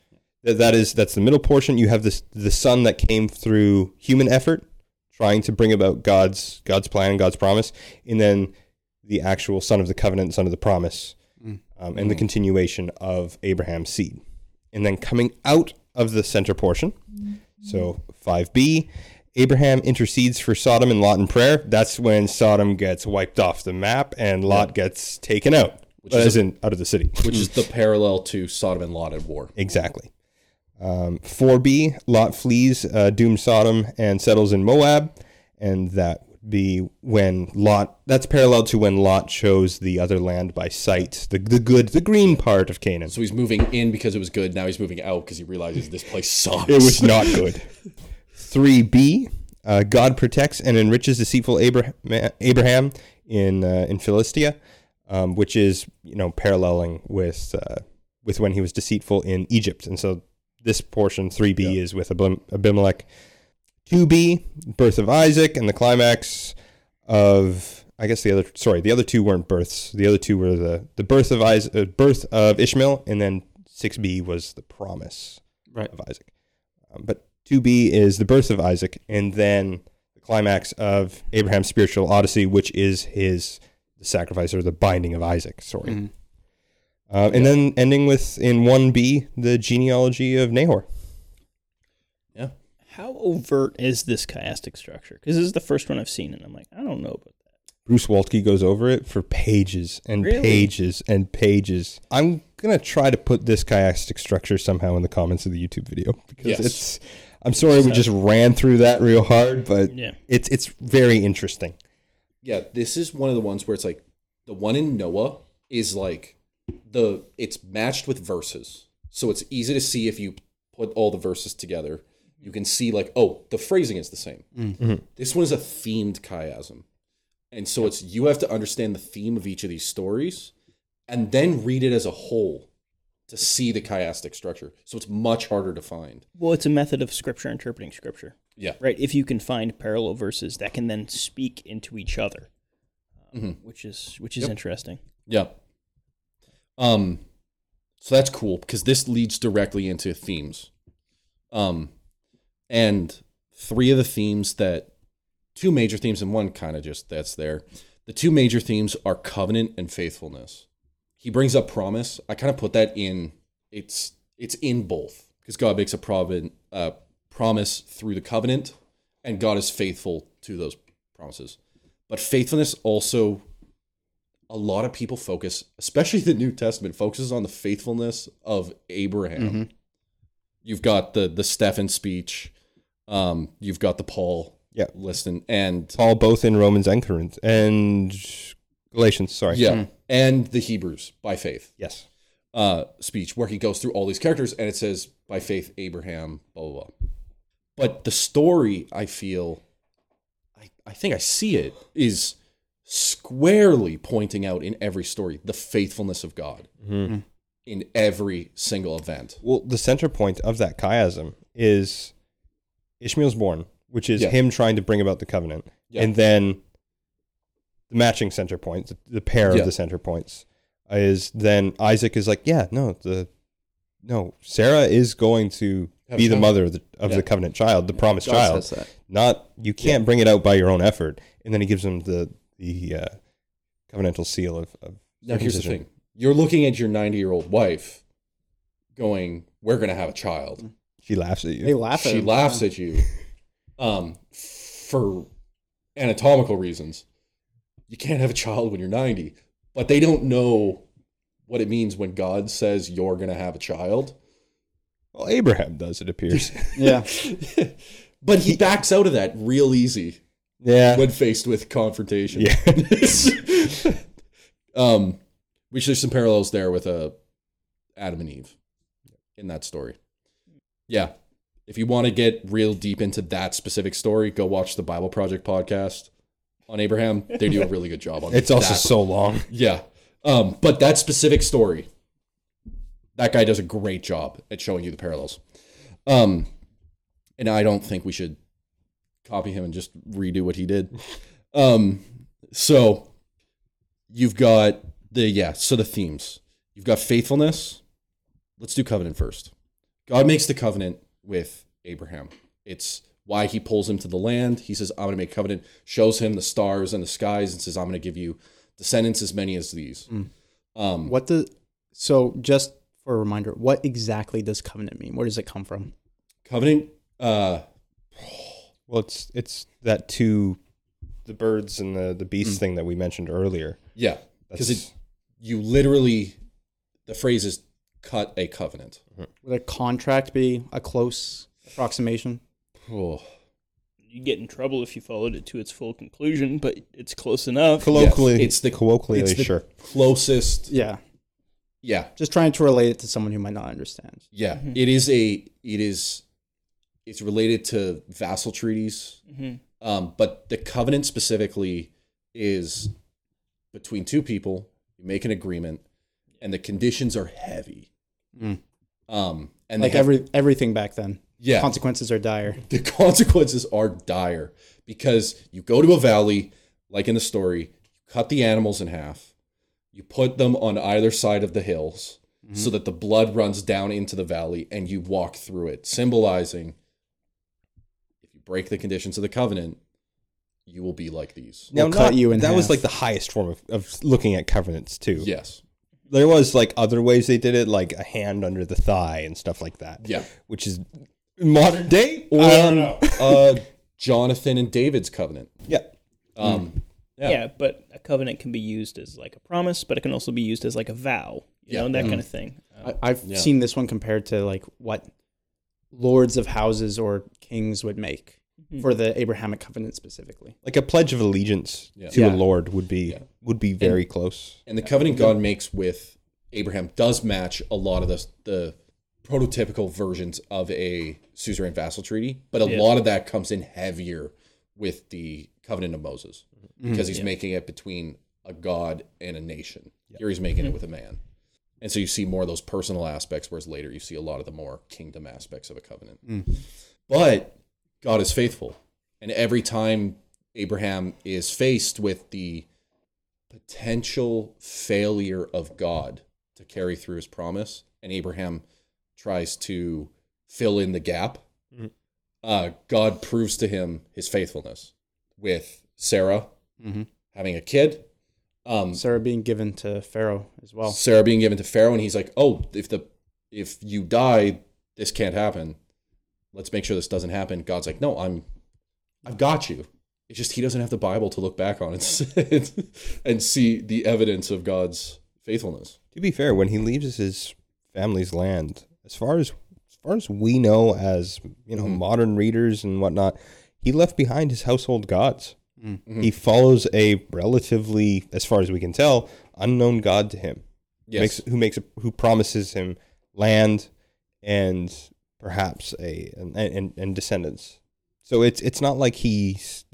Th- that is that's the middle portion. You have this the son that came through human effort, trying to bring about God's God's plan and God's promise, and then the actual son of the covenant, son of the promise, Mm. um, and the continuation of Abraham's seed, and then coming out of the center portion. Mm-hmm. So five B. Abraham intercedes for Sodom and Lot in prayer. That's when Sodom gets wiped off the map and Lot gets taken out, Which as is a- in out of the city. which is the parallel to Sodom and Lot at war. Exactly. Um, 4b, Lot flees uh, doomed Sodom and settles in Moab. And that would be when Lot, that's parallel to when Lot chose the other land by sight, the, the good, the green part of Canaan. So he's moving in because it was good. Now he's moving out because he realizes this place sucks. It was not good. 3b, uh, God protects and enriches deceitful Abraham, Abraham in, uh, in Philistia, um, which is, you know, paralleling with, uh, with when he was deceitful in Egypt. And so this portion 3b is with Abim- abimelech 2b birth of isaac and the climax of i guess the other sorry the other two weren't births the other two were the the birth of isaac uh, birth of ishmael and then 6b was the promise Right. of isaac um, but 2b is the birth of isaac and then the climax of abraham's spiritual odyssey which is his the sacrifice or the binding of isaac sorry Mm-hmm. uh, and then ending with in 1b the genealogy of nahor yeah. How overt is this chiastic structure? Because this is the first one I've seen, and I'm like, I don't know about that. Bruce Waltke goes over it for pages and Really? pages and pages. I'm gonna try to put this chiastic structure somehow in the comments of the YouTube video because Yes. it's. I'm sorry we just ran through that real hard, but Yeah. it's it's very interesting. yeah, this is one of the ones where it's like the one in Noah is like the it's matched with verses. So it's easy to see if you put all the verses together. You can see like, oh, the phrasing is the same. This one is a themed chiasm. And so it's you have to understand the theme of each of these stories and then read it as a whole to see the chiastic structure. So it's much harder to find. Well, it's a method of scripture interpreting scripture, Yeah. right? If you can find parallel verses that can then speak into each other, um, which is which is interesting. Yeah. Um so that's cool because this leads directly into themes. Um and three of the themes that two major themes and one kind of just that's there. The two major themes are covenant and faithfulness. He brings up promise. I kind of put that in it's it's in both because God makes a proven uh promise through the covenant, and God is faithful to those promises. But faithfulness also, a lot of people focus, especially the New Testament, focuses on the faithfulness of Abraham. You've got the the Stephen speech, um, you've got the Paul Yeah. listen, and Paul both in Romans and Corinthians and Galatians. Sorry. yeah, and the Hebrews by faith. Yes. uh, speech where he goes through all these characters and it says by faith Abraham blah blah blah. But the story I feel, I I think I see it is squarely pointing out in every story the faithfulness of God in every single event. Well, the center point of that chiasm is Ishmael's born, which is Yeah. him trying to bring about the covenant, Yeah. and then the matching center point, the, the pair Yeah. of the center points, is then Isaac is like, yeah, no, the no, Sarah is going to Have be the a mother of the, of Yeah. the covenant child, the promised God child. says that. Not you can't bring it out by your own effort, and then he gives him the the uh, covenantal seal of. of Now here's the circumcision. thing: you're looking at your 90 year old wife, going, "We're gonna have a child." She laughs at you. They laugh at she him. laughs at you um for anatomical reasons you can't have a child when you're 90 but they don't know what it means when god says you're going to have a child Well, Abraham does, it appears. Yeah. but he backs out of that real easy yeah. when faced with confrontation Yeah. um which there's some parallels there with uh, adam and eve in that story yeah if you want to get real deep into that specific story go watch the bible project podcast on abraham they do a really good job on It's also that. so long. yeah um but that specific story that guy does a great job at showing you the parallels um and i don't think we should copy him and just redo what he did um so you've got the yeah, so the themes. You've got faithfulness. Let's do covenant first. God makes the covenant with Abraham. It's why he pulls him to the land. He says, I'm gonna make covenant, shows him the stars and the skies, and says, I'm gonna give you descendants as many as these. Mm. Um What the? So just for a reminder, what exactly does covenant mean? Where does it come from? covenant uh Well, it's it's that two, Mm. the birds and the the beast thing that we mentioned earlier. yeah. Because That's- it you literally the phrase is cut a covenant. Would a contract be a close approximation? Oh. You get in trouble if you followed it to its full conclusion, but it's close enough. colloquially, Yes, it's the colloquially it's the sure. closest Yeah. yeah Just trying to relate it to someone who might not understand. Yeah, it is a it is it's related to vassal treaties, Mm-hmm. um, but the covenant specifically is between two people. You make an agreement, and the conditions are heavy. Mm. Um, and like they have- every everything back then. yeah, Consequences are dire. the consequences are dire because you go to a valley, like in the story, you cut the animals in half, you put them on either side of the hills so that the blood runs down into the valley and you walk through it, symbolizing if you break the conditions of the covenant, you will be like these. We'll cut you in that was half. like the highest form of, of looking at covenants too. Yes. There was like other ways they did it, like a hand under the thigh and stuff like that. Yeah. Which is modern day or Um, uh, Jonathan and David's covenant. yeah. Um, Yeah. Yeah. but a covenant can be used as like a promise, but it can also be used as like a vow, you Yeah. know, that kind of thing. I, I've Yeah. seen this one compared to like what lords of houses or kings would make Hmm. Mm-hmm. for the Abrahamic covenant specifically. Like a pledge of allegiance Yeah. to a Yeah. lord would be Yeah. would be very close. And the covenant God makes with Abraham does match a lot of the, the prototypical versions of a suzerain vassal treaty, but a lot of that comes in heavier with the covenant of Moses because he's making it between a God and a nation. Here he's making it with a man. And so you see more of those personal aspects, whereas later you see a lot of the more kingdom aspects of a covenant. But God is faithful. And every time Abraham is faced with the potential failure of God to carry through his promise, and Abraham tries to fill in the gap, uh, God proves to him his faithfulness with Sarah having a kid. Um, Sarah being given to Pharaoh as well. Sarah being given to Pharaoh, and he's like, "Oh, if the if you die, this can't happen." let's make sure this doesn't happen. God's like, no, I'm, I've got you. It's just he doesn't have the Bible to look back on and s- and see the evidence of God's faithfulness. To be fair, when he leaves his family's land, as far as as far as we know, as you know, modern readers and whatnot, he left behind his household gods. He follows a relatively, as far as we can tell, unknown god to him. Yes. Makes, who makes a, who promises him land and perhaps a and, and and descendants. So it's it's not like he's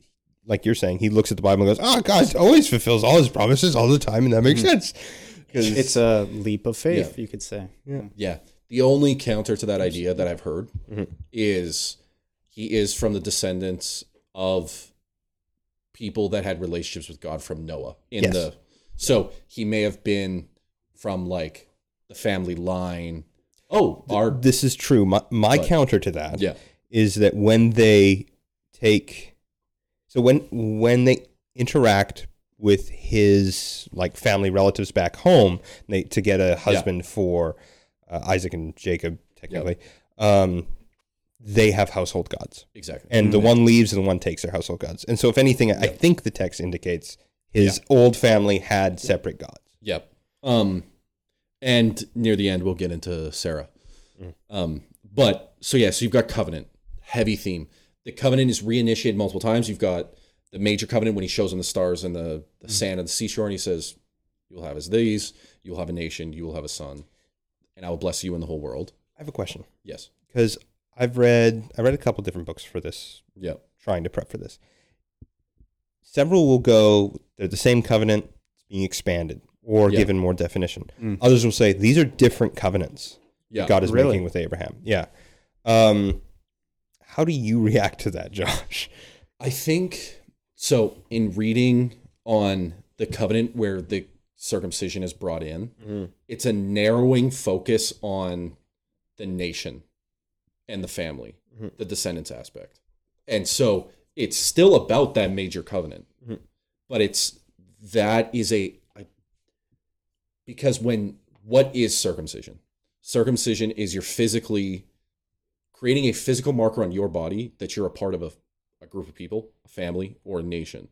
like you're saying he looks at the Bible and goes, "Oh, God always fulfills all his promises all the time," and that makes sense. 'Cause- It's a leap of faith, you could say. Yeah. Yeah. The only counter to that idea that I've heard Mm-hmm. is he is from the descendants of people that had relationships with God from Noah in Yes. the so he may have been from like the family line. Oh, our this is true. My my But- counter to that is yeah. that when they take so when when they interact with his like family relatives back home, they to get a husband for uh, Isaac and Jacob technically. Um they have household gods. Exactly. Mm-hmm. And the one leaves and the one takes their household gods. And so if anything, I think the text indicates his old family had separate gods. Yep. Um, and near the end, we'll get into Sarah. Um, but so yeah, so you've got covenant, heavy theme. The covenant is reinitiated multiple times. You've got the major covenant when he shows him the stars and the, the sand and the seashore, and he says, "You'll have as these. You'll have a nation. You will have a son, and I will bless you and the whole world." I have a question Yes. because I've read I read a couple different books for this Yep. trying to prep for this. Several will go, they're the same covenant, it's being expanded or Yeah. Mm. given more definition. Others will say these are different covenants Yeah. God is Really? making with Abraham. Yeah. Um, how do you react to that, Josh? I think so. In reading on the covenant where the circumcision is brought in, it's a narrowing focus on the nation and the family, the descendants aspect. And so it's still about that major covenant, but it's that is a I- because when what is circumcision? Circumcision is you're physically creating a physical marker on your body that you're a part of a a group of people, a family, or a nation,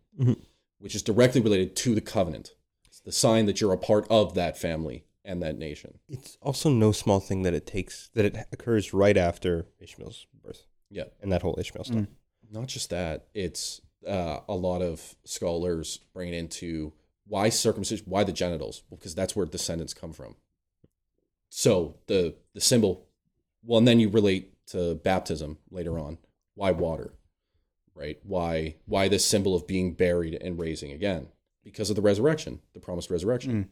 which is directly related to the covenant. It's the sign that you're a part of that family and that nation. It's also no small thing that it takes that it occurs right after Ishmael's birth Yeah. and that whole Ishmael Mm. stuff. Not just that, it's uh, a lot of scholars bring into why circumcision, why the genitals? Well, because that's where descendants come from. So the the symbol, well, and then you relate to baptism later on. Why water, right? Why why this symbol of being buried and raising again? Because of the resurrection, the promised resurrection.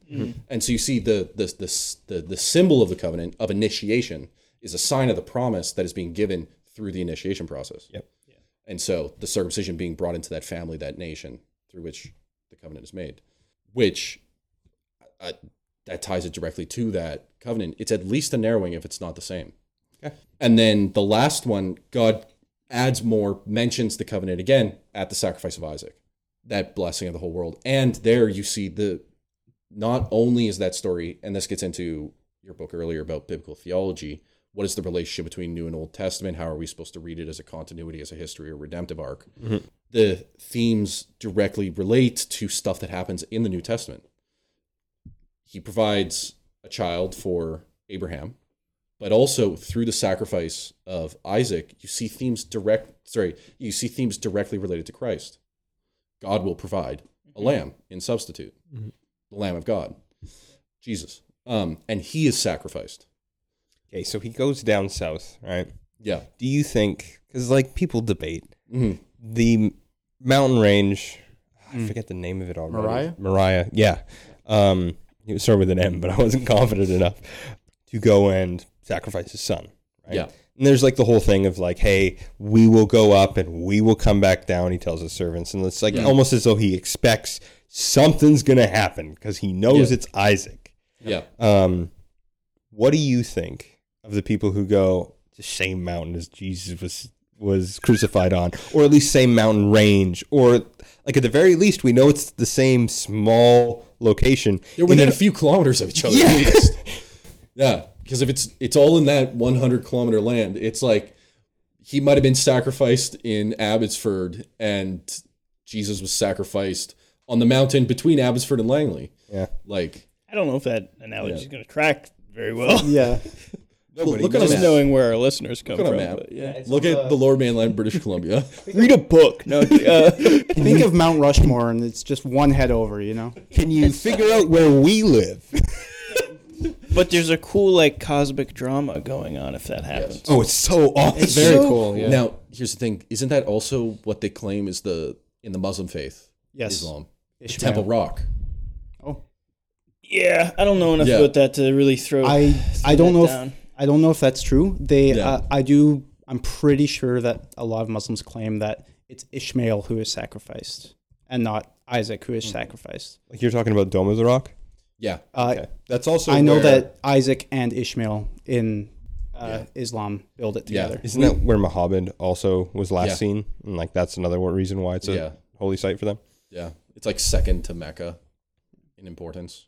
And so you see the the, the the the symbol of the covenant of initiation is a sign of the promise that is being given through the initiation process. Yep. And so the circumcision being brought into that family, that nation through which the covenant is made, which uh, that ties it directly to that covenant. It's at least a narrowing if it's not the same. And then the last one, God adds more, mentions the covenant again at the sacrifice of Isaac, that blessing of the whole world. And there you see the not only is that story, and this gets into your book earlier about biblical theology, what is the relationship between New and Old Testament? How are we supposed to read it as a continuity, as a history, or redemptive arc? The themes directly relate to stuff that happens in the New Testament. He provides a child for Abraham, but also through the sacrifice of Isaac, you see themes direct. Sorry, you see themes directly related to Christ. God will provide a lamb in substitute, the Lamb of God, Jesus, um, and He is sacrificed. Okay, so he goes down south, right? Yeah, Do you think cuz like people debate Mhm. the mountain range. Mm. I forget the name of it already. Moriah? Mariah, yeah. Um, it would start with an M, but I wasn't confident enough to go and sacrifice his son. Right? Yeah. And there's like the whole thing of like, hey, we will go up and we will come back down. He tells his servants, and it's like almost as though he expects something's gonna happen because he knows Yeah. it's Isaac. yeah. Um, what do you think of the people who go the same mountain as Jesus was was crucified on, or at least same mountain range, or like at the very least we know it's the same small location. They're in within an- a few kilometers of each other. Yeah. at least. yeah. Because if it's it's all in that 100 kilometer land, it's like he might have been sacrificed in Abbotsford, and Jesus was sacrificed on the mountain between Abbotsford and Langley. Yeah. Like, I don't know if that analogy is going to track very well. Yeah. Nobody Look look at just a map. knowing where our listeners come Look at a from. map. but yeah. Look at the Lord Mainland, British Columbia. Read a book. No, uh, Think of Mount Rushmore and it's just one head over, you know? Can you figure out where we live? but there's a cool like cosmic drama going on if that happens. Oh, it's so awesome. It's very so- cool, yeah. Now, here's the thing: isn't that also what they claim is the in the Muslim faith, Yes. Islam, Ishmael. Temple Rock? Oh. Yeah, I don't know enough Yeah. about that to really throw. I I don't that know if down. I don't know if that's true. They Yeah. uh, I do I'm pretty sure that a lot of Muslims claim that it's Ishmael who is sacrificed and not Isaac who is sacrificed. Like you're talking about Dome of the Rock? Yeah, Uh, That's also I know where- that Isaac and Ishmael in uh, Islam build it Yeah. together. Isn't that where Muhammad also was last Yeah. seen? And like that's another one reason why it's a Yeah. holy site for them. yeah. It's like second to Mecca in importance.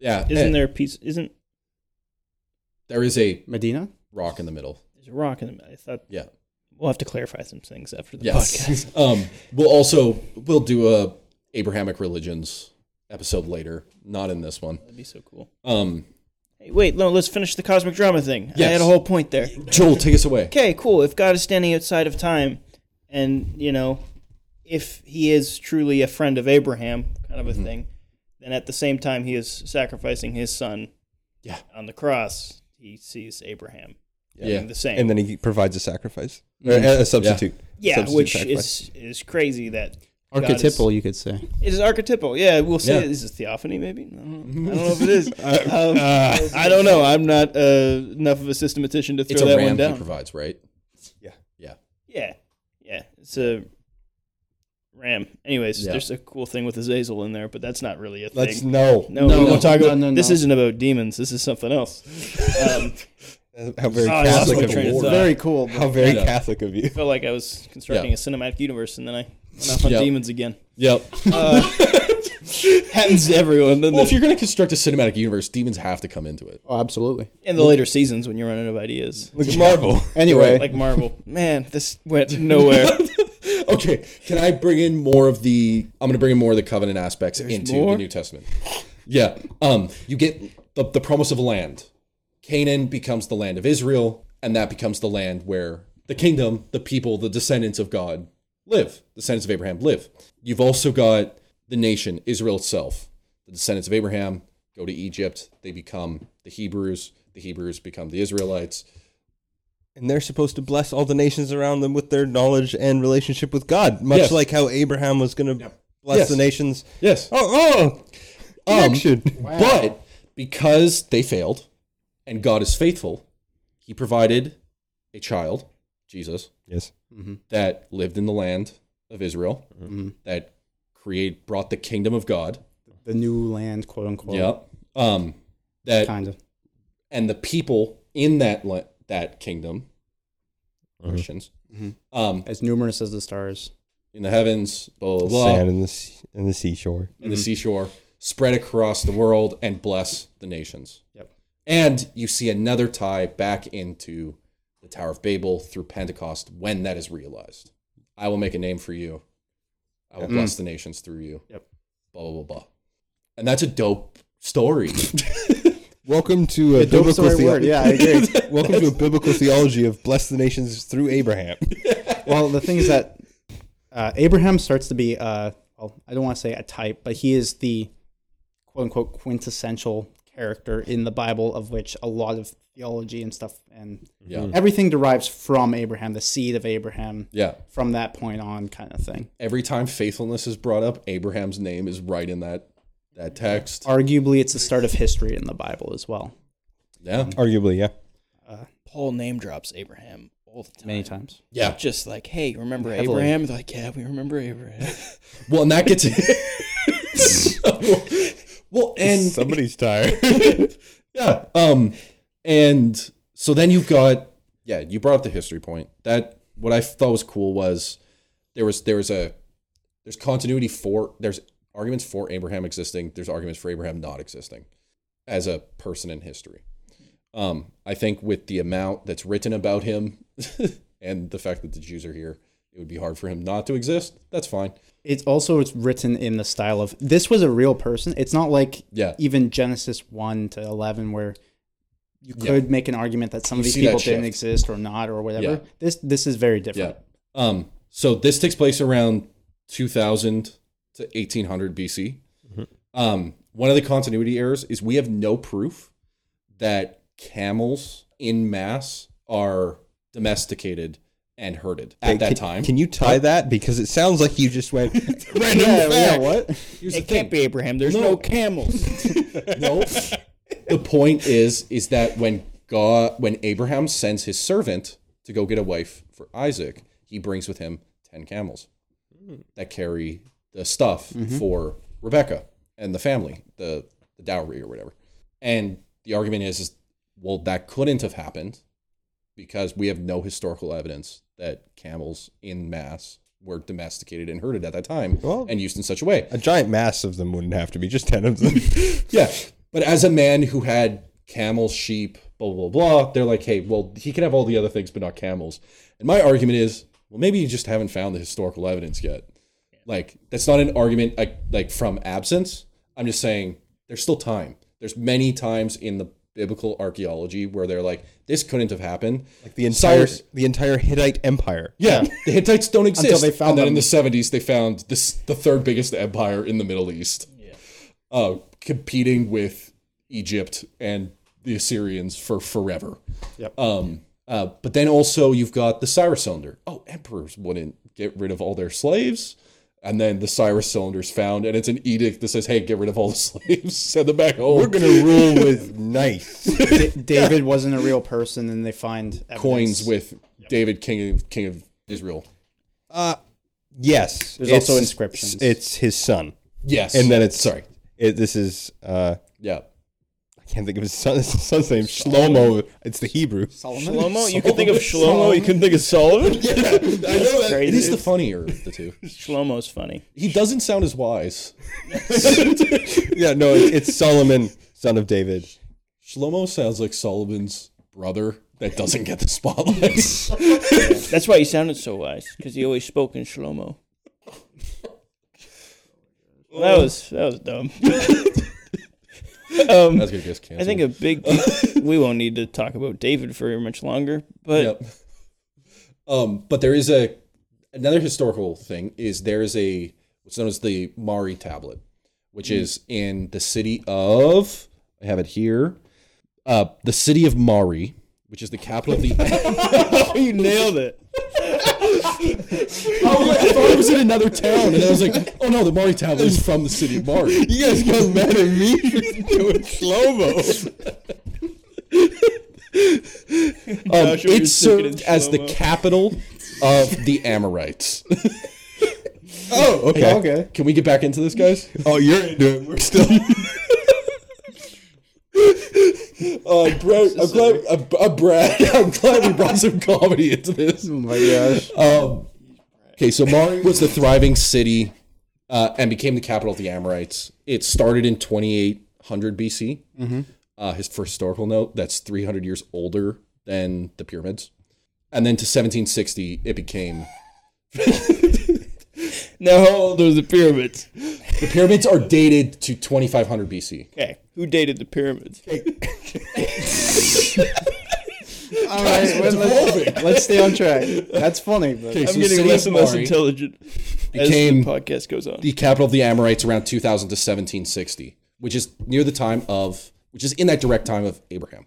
Yeah, Isn't and there a piece? Isn't There is a Medina? rock in the middle. there's a rock in the? I thought Yeah. we'll have to clarify some things after the podcast. Yes. um, we'll also we'll do a Abrahamic religions episode later, not in this one. That'd be so cool. Um, Hey, wait, no, let's finish the cosmic drama thing. I Yes. had a whole point there. Joel, take us away. Okay, cool. If God is standing outside of time, and you know, if He is truly a friend of Abraham, kind of a thing, then at the same time He is sacrificing His Son. Yeah. On the cross, He sees Abraham. doing Yeah. The same. And then he provides a sacrifice, or a a substitute. yeah, Substitute which sacrifice. is is crazy that. God is- Archetypal, you could say. It is archetypal. Yeah, we'll say Yeah. this is theophany. Maybe I don't know, I don't know if it is. Um, Uh, I don't know. I'm not uh, enough of a systematician to throw It's a that ram one he down. provides, right? yeah, yeah. It's a ram. Anyways, Yeah. there's a cool thing with Azazel in there, but that's not really a Let's thing. know No, No, we no, won't talk no, about. no, This no. isn't about demons. This is something else. Um, how very Oh, I lost Catholic my of train of you. thought. Very- Very cool. but- How very Yeah. Catholic of you. I felt like I was constructing Yeah. a cinematic universe, and then I went off on Yeah. demons again. Yep. Happens to everyone. doesn't Well, it? if you're going to construct a cinematic universe, demons have to come into it. Oh, absolutely. in the later seasons when you're running out of ideas. Look at Marvel. Anyway, Like Marvel. Man, this went nowhere. Okay, can I bring in more of the? I'm going to bring in more of the covenant aspects into more? the New Testament. Yeah, um, you get the, the promise of land. Canaan becomes the land of Israel, and that becomes the land where the kingdom, the people, the descendants of God live. The descendants of Abraham live. You've also got the nation Israel itself. The descendants of Abraham go to Egypt. They become the Hebrews. The Hebrews become the Israelites. And they're supposed to bless all the nations around them with their knowledge and relationship with God, much Yes. like how Abraham was going to bless Yes. the nations. Yes. Oh, oh, Um, action. But because they failed and God is faithful, he provided a child, Jesus, yes. that lived in the land of Israel, that create brought the kingdom of God. the new land, quote unquote. Yep. Um that Kind of. and the people in that la- that kingdom Christians um As numerous as the stars. in the heavens, blah blah, blah Sand in the sea, in the seashore. Mm-hmm. in the seashore, spread across the world and bless the nations. Yep. And you see another tie back into the Tower of Babel through Pentecost when that is realized. I will make a name for you. I will bless the nations through you. Mm. Yep. Blah blah blah blah. And that's a dope story. Welcome to a The dope's the biblical right theology. word. Yeah, I agree. Welcome to a biblical theology of bless the nations through Abraham. well, the thing is that uh, Abraham starts to be, uh, well, I don't want to say a type, but he is the quote unquote quintessential character in the Bible of which a lot of theology and stuff and Yeah. everything derives from Abraham, the seed of Abraham yeah. from that point on, kind of thing. Every time faithfulness is brought up, Abraham's name is right in that that text. Arguably, it's the start of history in the Bible as well, Yeah. Arguably, yeah. Paul name drops Abraham all the time. many times. Yeah. Just like, hey, remember Heavily. Abraham? They're like, yeah, we remember Abraham. Well, and that gets Well, and Somebody's tired. Yeah. Um, and so then you've got yeah, you brought up the history point. That what I thought was cool was there was there was a there's continuity for there's arguments for Abraham existing. There's arguments for Abraham not existing as a person in history. Um, I think with the amount that's written about him and the fact that the Jews are here, it would be hard for him not to exist. That's fine. It's also it's written in the style of this was a real person. It's not like Yeah. even Genesis one to eleven where you Yeah. could make an argument that some You of these see that people didn't shift. exist or not or whatever. Yeah. This this is very different. Yeah. Um, so this takes place around 2000 to 1800 BC. Mm-hmm. Um, one of the continuity errors is we have no proof that camels in mass are domesticated and herded at that can, time. Can you tie that? Because it sounds like you just went random Yeah, yeah, fact. What? Here's the It can't be Abraham. There's no, camels. no. The point is, is that when God, when Abraham sends his servant to go get a wife for Isaac, he brings with him ten camels that carry the stuff for Rebecca and the family, the, the dowry or whatever. And the argument is, is, well, that couldn't have happened because we have no historical evidence that camels in mass were domesticated and herded at that time Well- and used in such a way. A giant mass of them wouldn't have to be just ten of them. Yeah. But as a man who had camels, sheep, blah, blah, blah, they're like, hey, well, he can have all the other things, but not camels. And my argument is, well, maybe you just haven't found the historical evidence yet. Like, that's not an argument like, like from absence. I'm just saying there's still time. There's many times in the biblical archaeology where they're like, this couldn't have happened. Like the entire the entire Hittite empire. yeah, the Hittites don't exist. they found and then in them. the 70s, they found this the third biggest empire in the Middle East. Yeah. Uh, competing with Egypt and the Assyrians for forever. Yep. Um, uh, but then also you've got the Cyrus cylinder. Oh, emperors wouldn't get rid of all their slaves. And then the Cyrus cylinder's found, and it's an edict that says, hey, get rid of all the slaves, send them back home. We're gonna rule with nice. D- David wasn't a real person, and they find evidence. coins with David, king of, king of Israel. Yes. There's also it's- inscriptions. It's his son. Yes. And then it's Sorry. It, this is uh, Yeah. I can't think of his, son, his son's name. Shlomo. It's the Hebrew. Shlomo, you can think of Shlomo. You can think of Solomon. I know that. crazy. It is the funnier of the two. Shlomo's funny. He doesn't sound as wise. yeah, no, it, it's Solomon, son of David. Shlomo sounds like Solomon's brother that doesn't get the spotlight. That's why he sounded so wise because he always spoke in Shlomo. That was that was dumb. um, That's gonna get us canceled. I think a big. we won't need to talk about David for much longer, but Yep. Um, but there is a another historical thing is there is a what's known as the Mari tablet, Hmm. which is in the city of I have it here, uh, the city of Mari, which is the capital of the. you nailed it. I, was like, I thought it was in another town, and I was like, oh no, the Mari tablet is from the city of Mari. You guys got mad at me for doing Shlomo. Um, we were it served thinking in as the slow-mo. capital of the Amorites. Oh, okay. Okay. Can we get back into this, guys? Oh, you're into it. We're still. Uh, bro, I'm glad. Uh, uh, Brad, I'm glad we brought some comedy into this. Oh my gosh. Um, okay, so Mari was the thriving city uh, and became the capital of the Amorites. It started in 2800 BC. Uh, his first historical note that's 300 years older than the pyramids, and then to 1760 it became Now how old are the pyramids? the pyramids are dated to 2500 BC. Okay, who dated the pyramids? All right, well, let's, let's stay on track. That's funny, but Okay, so I'm the getting city less of and less Mari intelligent as the became podcast goes on. the capital of the Amorites around 2000 to 1760, which is near the time of, which is in that direct time of Abraham.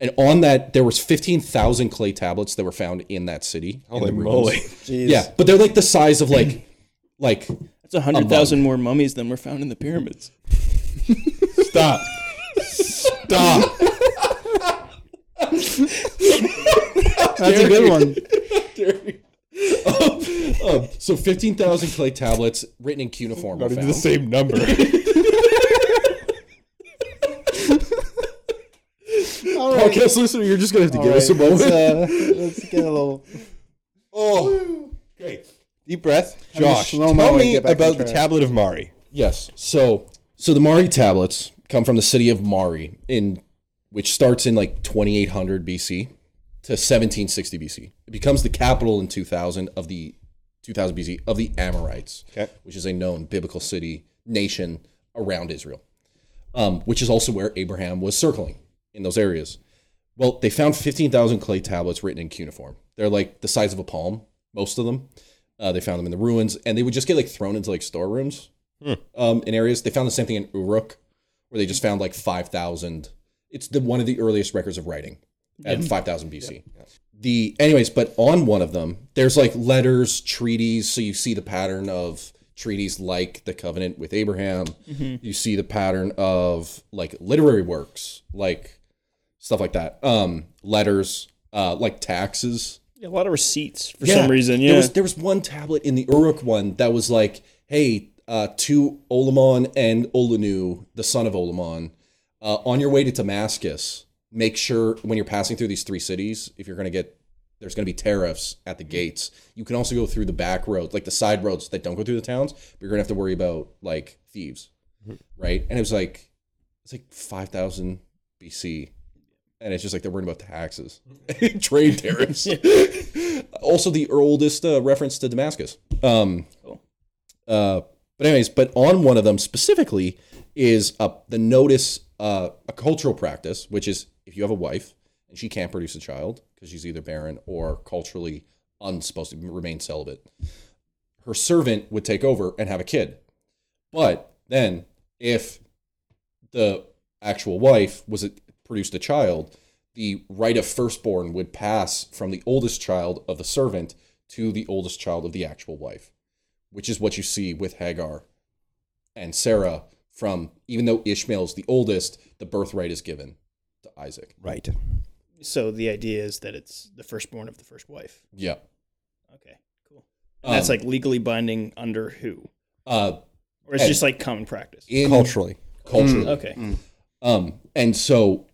And on that, there was 15,000 clay tablets that were found in that city. Holy moly. Yeah, but they're like the size of like, like That's hundred thousand more mummies than were found in the pyramids. Stop. Stop. that's a good one. so 15,000 clay tablets written in cuneiform. Were Not even the found. same number. All right. Podcast listener, you're just gonna have to give us a All right, moment. let's, uh, let's get a little. Oh, great. Deep breath. Josh, Shlomo tell and me get back on about the track. tablet of Mari. Yes. So so the Mari tablets come from the city of Mari in which starts in like 2800 BC to 1760 BC. It becomes the capital in 2000 of the 2000 BC of the Amorites, Okay. which is a known biblical city nation around Israel, um, which is also where Abraham was circling in those areas. Well, they found 15,000 clay tablets written in cuneiform. They're like the size of a palm, most of them. Uh, they found them in the ruins, and they would just get like thrown into like storerooms um, in areas. They found the same thing in Uruk, where they just found like 5,000. It's the one of the earliest records of writing at 5,000 BC. The anyways, but on one of them, there's like letters, treaties. So you see the pattern of treaties like the covenant with Abraham. You see the pattern of like literary works, like stuff like that. Um, letters, uh, like taxes Yeah, a lot of receipts for Yeah. some reason. there Yeah, was there was one tablet in the Uruk one that was like, "Hey, uh, to Olamon and Olanu, the son of Olamon, uh, on your way to Damascus, make sure when you're passing through these three cities, if you're going to get there's going to be tariffs at the gates. You can also go through the back roads, like the side roads that don't go through the towns, but you're going to have to worry about like thieves, Mm-hmm. right?" And it was like it's like 5000 BC. And it's just like they're worried about taxes, trade tariffs. Also, the oldest uh, reference to Damascus. Um, uh, but anyways, but on one of them specifically is uh, the notice uh, a cultural practice, which is if you have a wife and she can't produce a child because she's either barren or culturally unsupposed to remain celibate, her servant would take over and have a kid. But then, if the actual wife was a, produced a child, the right of firstborn would pass from the oldest child of the servant to the oldest child of the actual wife, which is what you see with Hagar and Sarah. From even though Ishmael's the oldest, the birthright is given to Isaac. Right. So the idea is that it's the firstborn of the first wife. Yeah, Okay, cool. And that's Um, like legally binding under who, uh, or it's and- just like common practice. in Culturally. culturally. Mm. Okay, Um, and so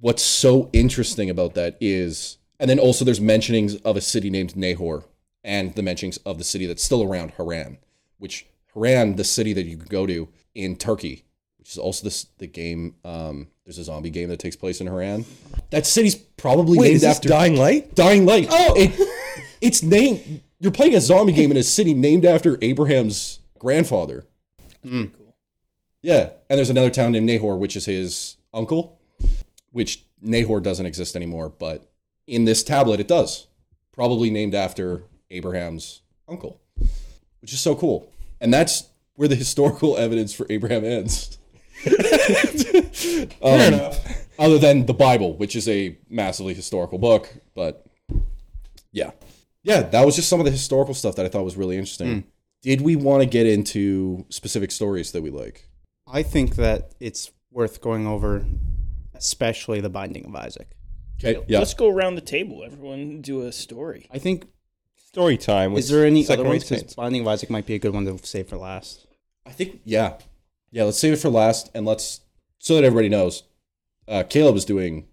what's so interesting about that is, and then also there's mentionings of a city named Nahor and the mentionings of the city that's still around Haran, which Haran, the city that you can go to in Turkey, which is also this, the game. Um, there's a zombie game that takes place in Haran. That city's probably Wait, named is this after Dying Light? Dying Light. Oh, it, it's named. You're playing a zombie game in a city named after Abraham's grandfather. Hmm. Yeah, and there's another town named Nahor, which is his uncle, which Nahor doesn't exist anymore, but in this tablet it does. Probably named after Abraham's uncle, which is so cool. And that's where the historical evidence for Abraham ends. Fair enough. Other than the Bible, which is a massively historical book, but yeah. Yeah, that was just some of the historical stuff that I thought was really interesting. Did we want to get into specific stories that we like? I think that it's worth going over, especially the binding of Isaac. Okay. Yeah. let's go around the table. Everyone do a story. I think. Story time. with Is there any Second other ones? Rate 'Cause Saints. binding of Isaac might be a good one to save for last. I think. Yeah. Yeah. Let's save it for last, and let's so that everybody knows. Uh, Caleb is doing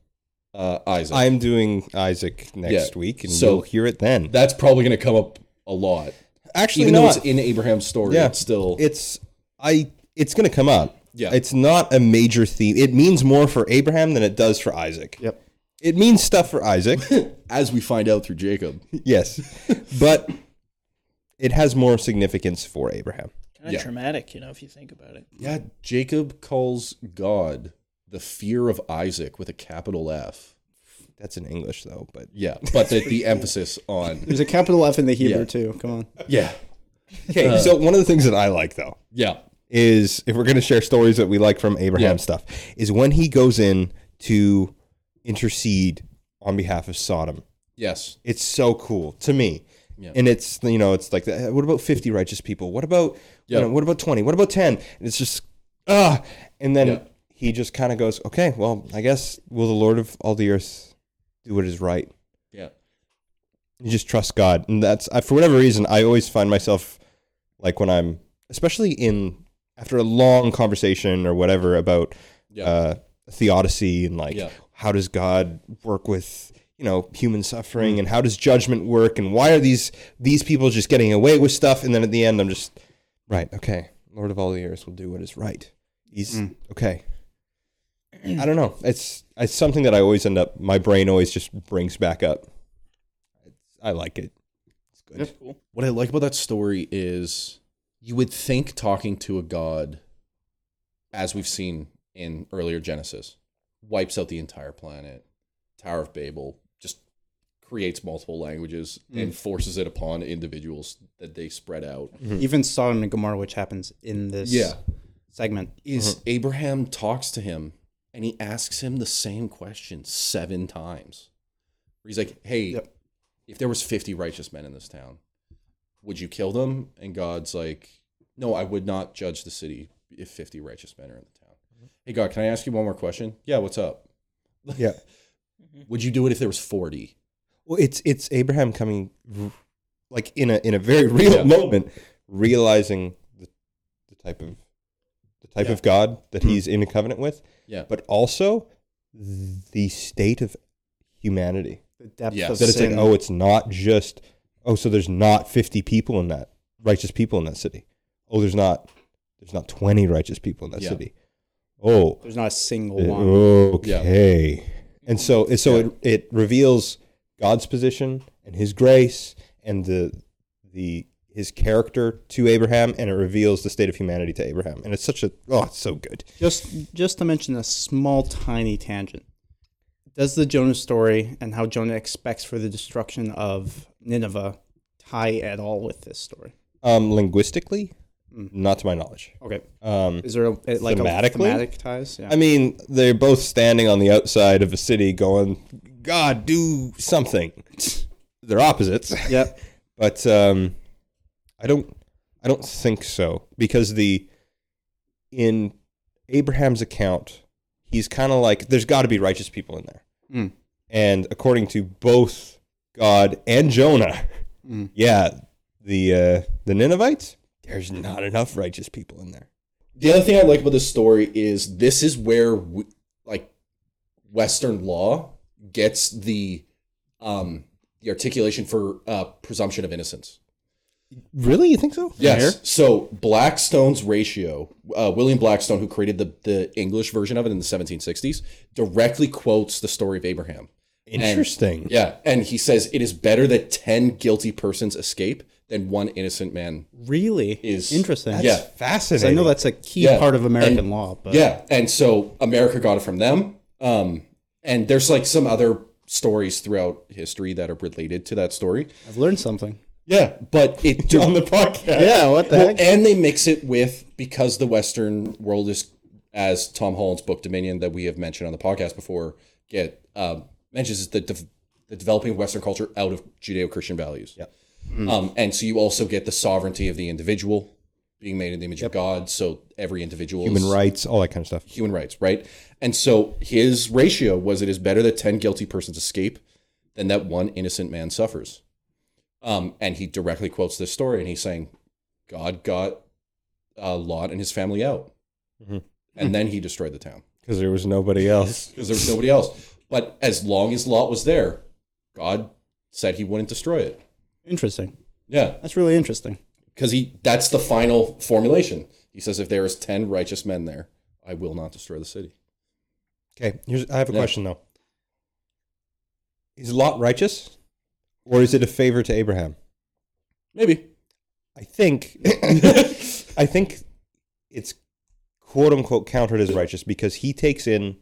uh, Isaac. I'm doing Isaac next week, and so- you'll hear it then. That's probably going to come up a lot, Actually, even though not. it's in Abraham's story. Yeah. It's still. it's I. It's going to come up. Yeah. It's not a major theme. It means more for Abraham than it does for Isaac. Yep. It means stuff for Isaac. as we find out through Jacob. yes, but it has more significance for Abraham. Kind of Yeah. traumatic, you know, if you think about it. Yeah. Jacob calls God the fear of Isaac with a capital F. That's in English though, but Yeah, but the, the emphasis on There's a capital F in the Hebrew Yeah. too. Come on. yeah, okay. so one of the things that I like though yeah, is if we're going to share stories that we like from Abraham Yeah. stuff is when he goes in to intercede on behalf of Sodom. yes, It's so cool to me. Yeah. And it's you know it's like "Eh, what about 50 righteous people? What about Yeah. you know, what about 20? What about 10? And it's just ah and then Yeah. he just kind of goes, "Okay, well, I guess will the Lord of all the earth do what is right." yeah. you just trust God, and that's I, for whatever reason I always find myself like when I'm, especially in after a long conversation or whatever about Yeah. uh, theodicy and like Yeah. how does God work with you know human suffering and how does judgment work and why are these these people just getting away with stuff and then at the end I'm just right okay Lord of all the earth will do what is right he's okay I don't know. It's it's something that I always end up. My brain always just brings back up. I like it. That's cool. What I like about that story is you would think talking to a god, as we've seen in earlier Genesis, wipes out the entire planet, Tower of Babel, just creates multiple languages and forces it upon individuals that they spread out. Mm-hmm. Even Sodom and Gomorrah, which happens in this Yeah. segment. Is Abraham talks to him and he asks him the same question seven times. He's like, Hey, Yep. if there was 50 righteous men in this town would you kill them and god's like no i would not judge the city if 50 righteous men are in the town hey god can i ask you one more question yeah what's up Yeah. would you do it if there was 40 Well, it's it's Abraham coming, r- like in a in a very real Yeah. moment, realizing the, the type of the type of God that Hmm. he's in a covenant with, yeah but also the state of humanity. The depth Yeah. of Mm-hmm. That it's like, sin. oh, it's not just oh, so there's not fifty people in that righteous people in that city. Oh, there's not there's not twenty righteous people in that Yeah. city. Oh, There's not a single uh, one. Okay. And so and so it it reveals God's position and his grace and the the his character to Abraham and it reveals the state of humanity to Abraham. And it's such a oh, it's so good. Just just to mention a small tiny tangent. Does the Jonah story and how Jonah expects for the destruction of Nineveh tie at all with this story? Um linguistically, not to my knowledge. Okay. Um Is there a, it- like a Thematically? thematic ties? Yeah. I mean, they're both standing on the outside of a city going, "God, do something." they're opposites. yep. but um, I don't I don't think so because the in Abraham's account he's kind of like there's got to be righteous people in there, Mm. and according to both God and Jonah, Mm. yeah, the uh, the Ninevites there's not enough righteous people in there. the other thing i like about this story is this is where we, like western law gets the um the articulation for uh presumption of innocence Really, you think so? Yes. So Blackstone's ratio, uh, William Blackstone, who created the, the English version of it in the 1760s, directly quotes the story of Abraham. Interesting. Yeah. And he says it is better that 10 guilty persons escape than one innocent man. Really Is- interesting. That's- Yeah. fascinating. I know that's a key Yeah. part of American And- law, but Yeah. And so America got it from them. Um, and there's like some other stories throughout history that are related to that story. I've learned something. Yeah. But it on the podcast. Yeah, what the Well, heck? and they mix it with because the Western world is, as Tom Holland's book Dominion that we have mentioned on the podcast before, get um, mentions is the de- the developing of Western culture out of Judeo-Christian values. Yep. Um, and so you also get the sovereignty of the individual being made in the image of God. So every individual Human is- rights, all that kind of stuff. human rights, right? And so his ratio was it is better that 10 guilty persons escape than that one innocent man suffers. Um, and he directly quotes this story and he's saying, God got uh, Lot and his family out. Mhm. And then he destroyed the town Because there was nobody else. because there was nobody else. But as long as Lot was there, God said he wouldn't destroy it. Interesting. Yeah. That's really interesting. Because he that's the final formulation. He says, if there is 10 righteous men there, I will not destroy the city. Okay, here's, I have a Yeah. question though. Is Lot righteous, or is it a favor to Abraham? Maybe. I think, I think it's quote unquote countered as righteous because he takes in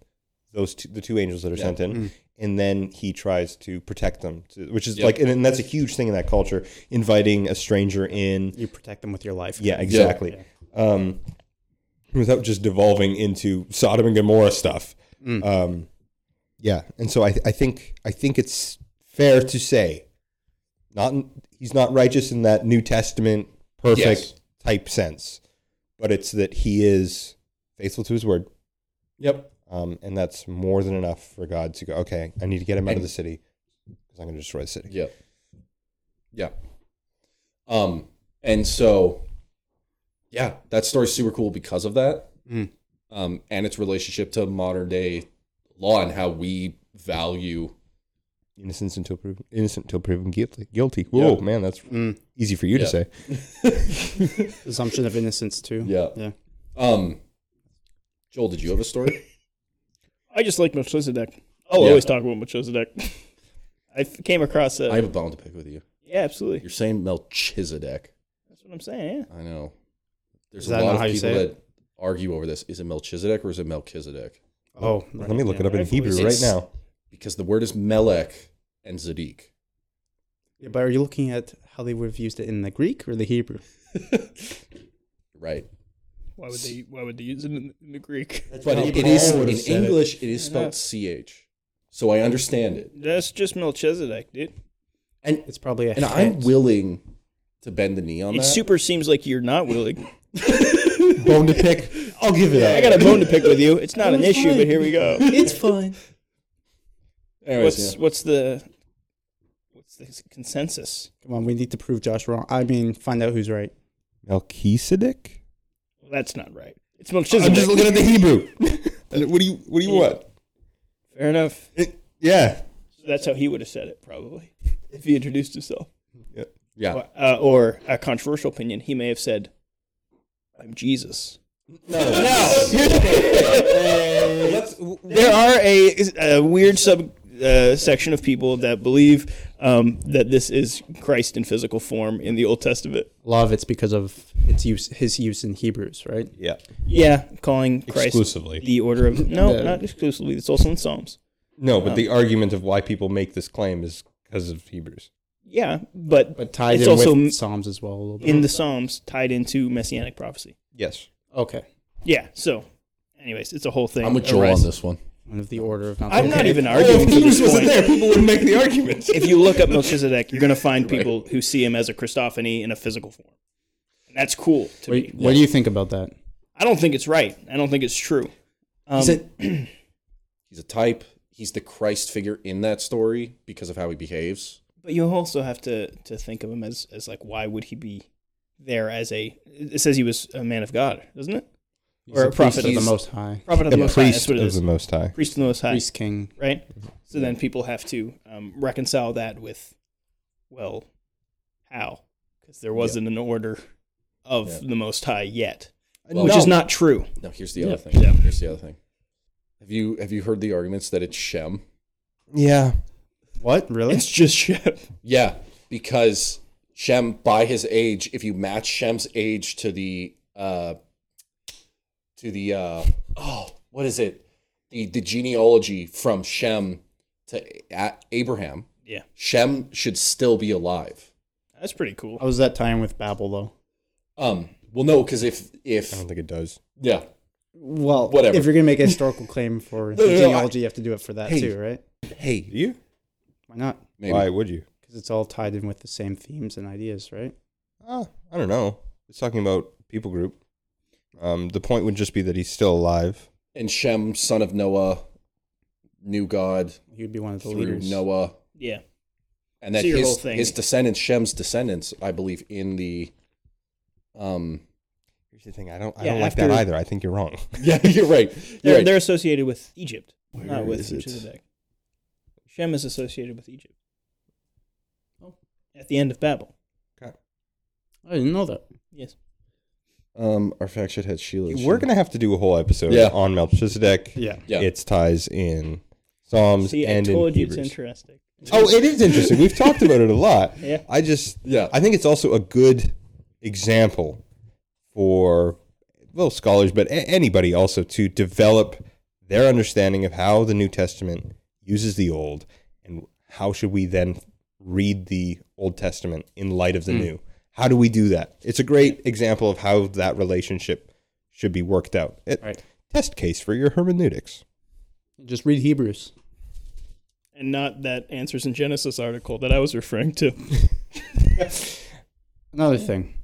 those two, the two angels that are Yeah. Mm. sent in, and then he tries to protect them, to, which is Yep. like, and, and that's a huge thing in that culture, inviting a stranger in. You protect them with your life. Yeah, exactly. Um, without just devolving into Sodom and Gomorrah stuff. Mm. Um, yeah, and so I, I think I think it's fair to say, not in- he's not righteous in that New Testament perfect Yes. type sense, but it's that he is faithful to his word, Yep. um, and that's more than enough for God to go. Okay, I need to get him out of the city because I'm going to destroy the city. Yeah. Yeah. Um, and so yeah, that story's super cool because of that. Mm. Um, and its relationship to modern day law and how we value Innocence until proven innocent until proven guilty. Guilty. Whoa, Yeah. man, that's Mm. easy for you to Yeah. say. Presumption of innocence too. Yeah. Yeah. Um Joel, did you have a story? I just like Melchizedek. I'll always talk about Melchizedek. I f- came across a I have a bone to pick with you. yeah, absolutely. You're saying Melchizedek. That's what I'm saying. Yeah, I know. There's Is a that lot not of how you people say that it? argue over this. Is it Melchizedek or is it Melchizedek? Oh, Let me look it up in Hebrew right It's- now. Because the word is Melech and Zedek. Yeah, but are you looking at how they would have used it in the Greek or the Hebrew? Right. why would they? Why would they use it in, in the Greek? But it- it is in English. It is spelled ch. So I understand it, That's just Melchizedek, dude. and It's probably a. and I'm hit. willing to bend the knee on It that. super seems like you're not willing. Bone to pick. I'll give it up. I got a bone to pick with you. It's not an issue, but here we go. It's fine. Anyways, What's yeah. what's the what's the consensus? Come on, we need to prove Josh wrong. I mean, find out who's right. Melchizedek. Well, that's not right. It's Melchizedek. at the Hebrew. And what do you What do you want? Fair enough. It- yeah. That's how he would have said it, probably, if he introduced himself. yeah. Or, uh, or a controversial opinion, he may have said, "I'm Jesus." There are a, a weird sub uh, section of people that believe um, that this is Christ in physical form in the Old Testament. A lot of it's because of its use, his use in Hebrews, right? Yeah. Yeah, calling Christ Exclusively. the order of no, No. not exclusively. It's also in Psalms. No, but the argument of why people make this claim is because of Hebrews. Yeah, but But tied It's in also m- with Psalms as well a little bit. in the Psalms tied into messianic prophecy. Yes. okay, Yeah. So, anyways, it's a whole thing. I'm with Joel on Arise. this one. one of the order of. I'm not Okay. Oh, even arguing for this point. people wouldn't make the argument. If you look up Melchizedek, you're going to find people who see him as a Christophany in a physical form. And that's cool to What, me. what do you think about that? I don't think it's right. I don't think it's true. Um, He's a- he's a type. He's the Christ figure in that story because of how he behaves. but you also have to to think of him as as like why would he be there as a it says he was a man of God, doesn't it? He's Or a a prophet. priest of He's- the Most High, Prophet of the The Most High. That's priest what it of the is. Most High. Priest of the Most High. priest king. right? So then people have to um, reconcile that with, well, how? Because there wasn't an order of Yeah. the Most High yet, Well, which is no. not true. No, here's the other Yeah. thing. Yeah. Here's the other thing. Have you have you heard the arguments that it's Shem? Yeah. What really? It's just Shem. Yeah, because Shem, by his age, if you match Shem's age to the uh, to the uh, oh, what is it? The the genealogy from Shem to A- Abraham. Yeah. Shem should still be alive. That's pretty cool. How was that tying with Babel though? Um. Well, no, because if if I don't think it does. yeah, Well, Whatever. If you're gonna make a historical claim for No, no, no, genealogy, you have to do it for that Hey. too, right? Do hey, you? Why not? maybe Why would you? Because it's all tied in with the same themes and ideas, right? Uh, I don't know. It's talking about people group. Um, the point would just be that he's still alive. and Shem, son of Noah, knew God He would be one of the through leaders. Noah. Yeah, and that So your his, whole thing- his descendants, Shem's descendants, I believe, in the, um, Here's the thing. I don't. I Yeah, don't like that after- either. I think you're wrong. yeah, you're right, they're, you're right. they're associated with Egypt, not with is it? Melchizedek. Shem is associated with Egypt. Oh, At the end of Babel. I didn't know that. Yes. Um, our fact sheet had Sheila. and We're Shem. gonna have to do a whole episode Yeah. on Melchizedek. Yeah. Yeah. Its ties in Um, Psalms See, I and in told you it's Hebrews. interesting. Oh, it is interesting. We've talked about it a lot. Yeah. I just Yeah. I think it's also a good example for well scholars, but a- anybody also to develop their understanding of how the New Testament uses the Old, and how should we then read the Old Testament in light of the New? How do we do that? It's a great example of how that relationship should be worked out. It- Right. Test case for your hermeneutics. Just read Hebrews. And not that Answers in Genesis article that I was referring to. Another thing,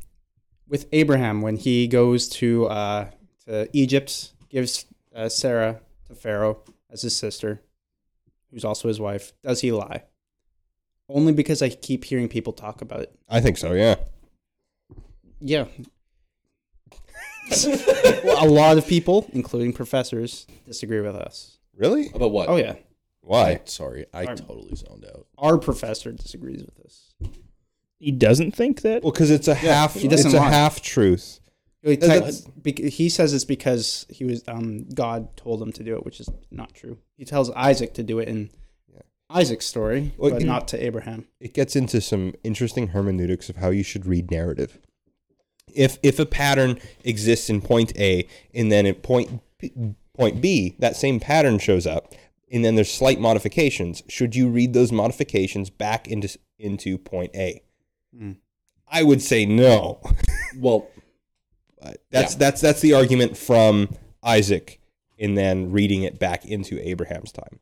with Abraham when he goes to uh, to Egypt, gives uh, Sarah to Pharaoh as his sister, who's also his wife. Does he lie? Only because I keep hearing people talk about it. I think so. Yeah. Yeah. well, a lot of people, including professors, disagree with us. Really? about what? Oh yeah, Why? Sorry, I totally zoned out. our professor disagrees with us. He doesn't think that Well, because it's a half. he doesn't it's a lie. half truth Really, Uh, that's- tec- bec- he says it's because he was um, God told him to do it, which is not true. He tells Isaac to do it in Isaac's story, Well, but it- not to Abraham. it gets into some interesting hermeneutics of how you should read narrative. If if a pattern exists in point A and then at point B, point B that same pattern shows up and then there's slight modifications, should you read those modifications back into s- into point A? Hmm. I would say no. Well, That's that's that's the argument from Isaac and then reading it back into Abraham's time.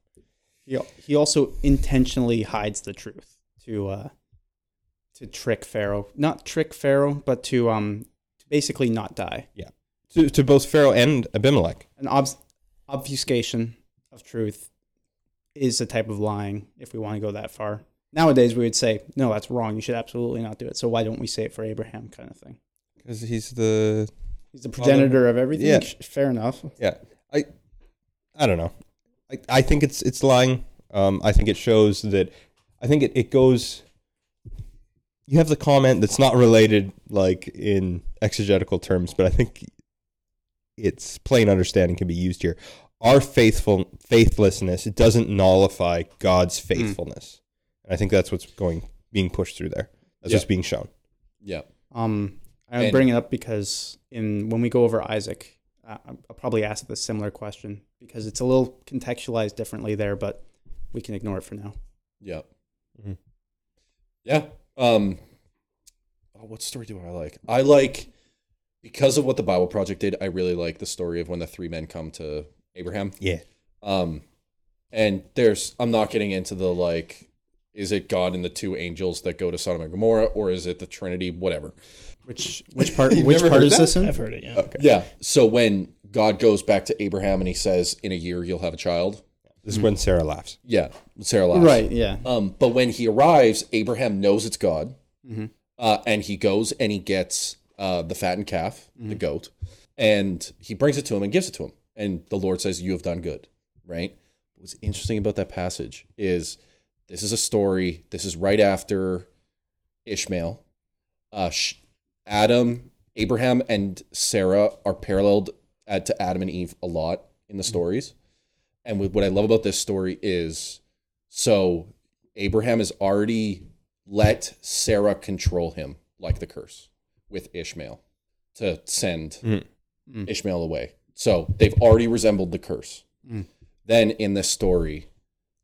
He, al- he also intentionally hides the truth to uh, to trick Pharaoh, not trick Pharaoh, but to um to basically not die. To to both Pharaoh and Abimelech. An obs- obfuscation of truth is a type of lying. If we want to go that far, nowadays we would say no, that's wrong. You should absolutely not do it. So why don't we say it for Abraham, kind of thing. Because he's the He's the progenitor of everything. Yeah. Sh- Fair enough. Yeah, I, I don't know. I, I think it's it's lying. Um, I think it shows that. I think it, it goes. You have the comment that's not related, like in exegetical terms, but I think its plain understanding can be used here. Our faithful faithlessness it doesn't nullify Hmm. God's faithfulness, and I think that's what's going being pushed through there. That's Yeah. what's being shown. yeah. Um, I And- bring it up because in when we go over Isaac, I, I'll probably ask this similar question because it's a little contextualized differently there, but we can ignore it for now. Yeah. Yeah. Um, oh, what story do I like? I like because of what the Bible Project did. I really like the story of when the three men come to Abraham. Yeah. Um, and there's I'm not getting into the like, is it God and the two angels that go to Sodom and Gomorrah, or is it the Trinity? Whatever. Which which part You've which never part heard is that? this in? I've heard it. Yeah. Yeah. So when God goes back to Abraham and he says, "In a year you'll have a child." This Hmm. is when Sarah laughs. Yeah, Sarah laughs. Right. Yeah. Um, but when he arrives, Abraham knows it's God, uh, and he goes and he gets uh, the fattened calf, the goat, and he brings it to him and gives it to him. And the Lord says, "You have done good." Right. What's interesting about that passage is this is a story. This is right after Ishmael. Uh, Sh- Adam, Abraham, and Sarah are paralleled at, to Adam and Eve a lot in the stories. And with, what I love about this story is so Abraham has already let Sarah control him, like the curse with Ishmael, to send Ishmael away. So they've already resembled the curse. Then in this story,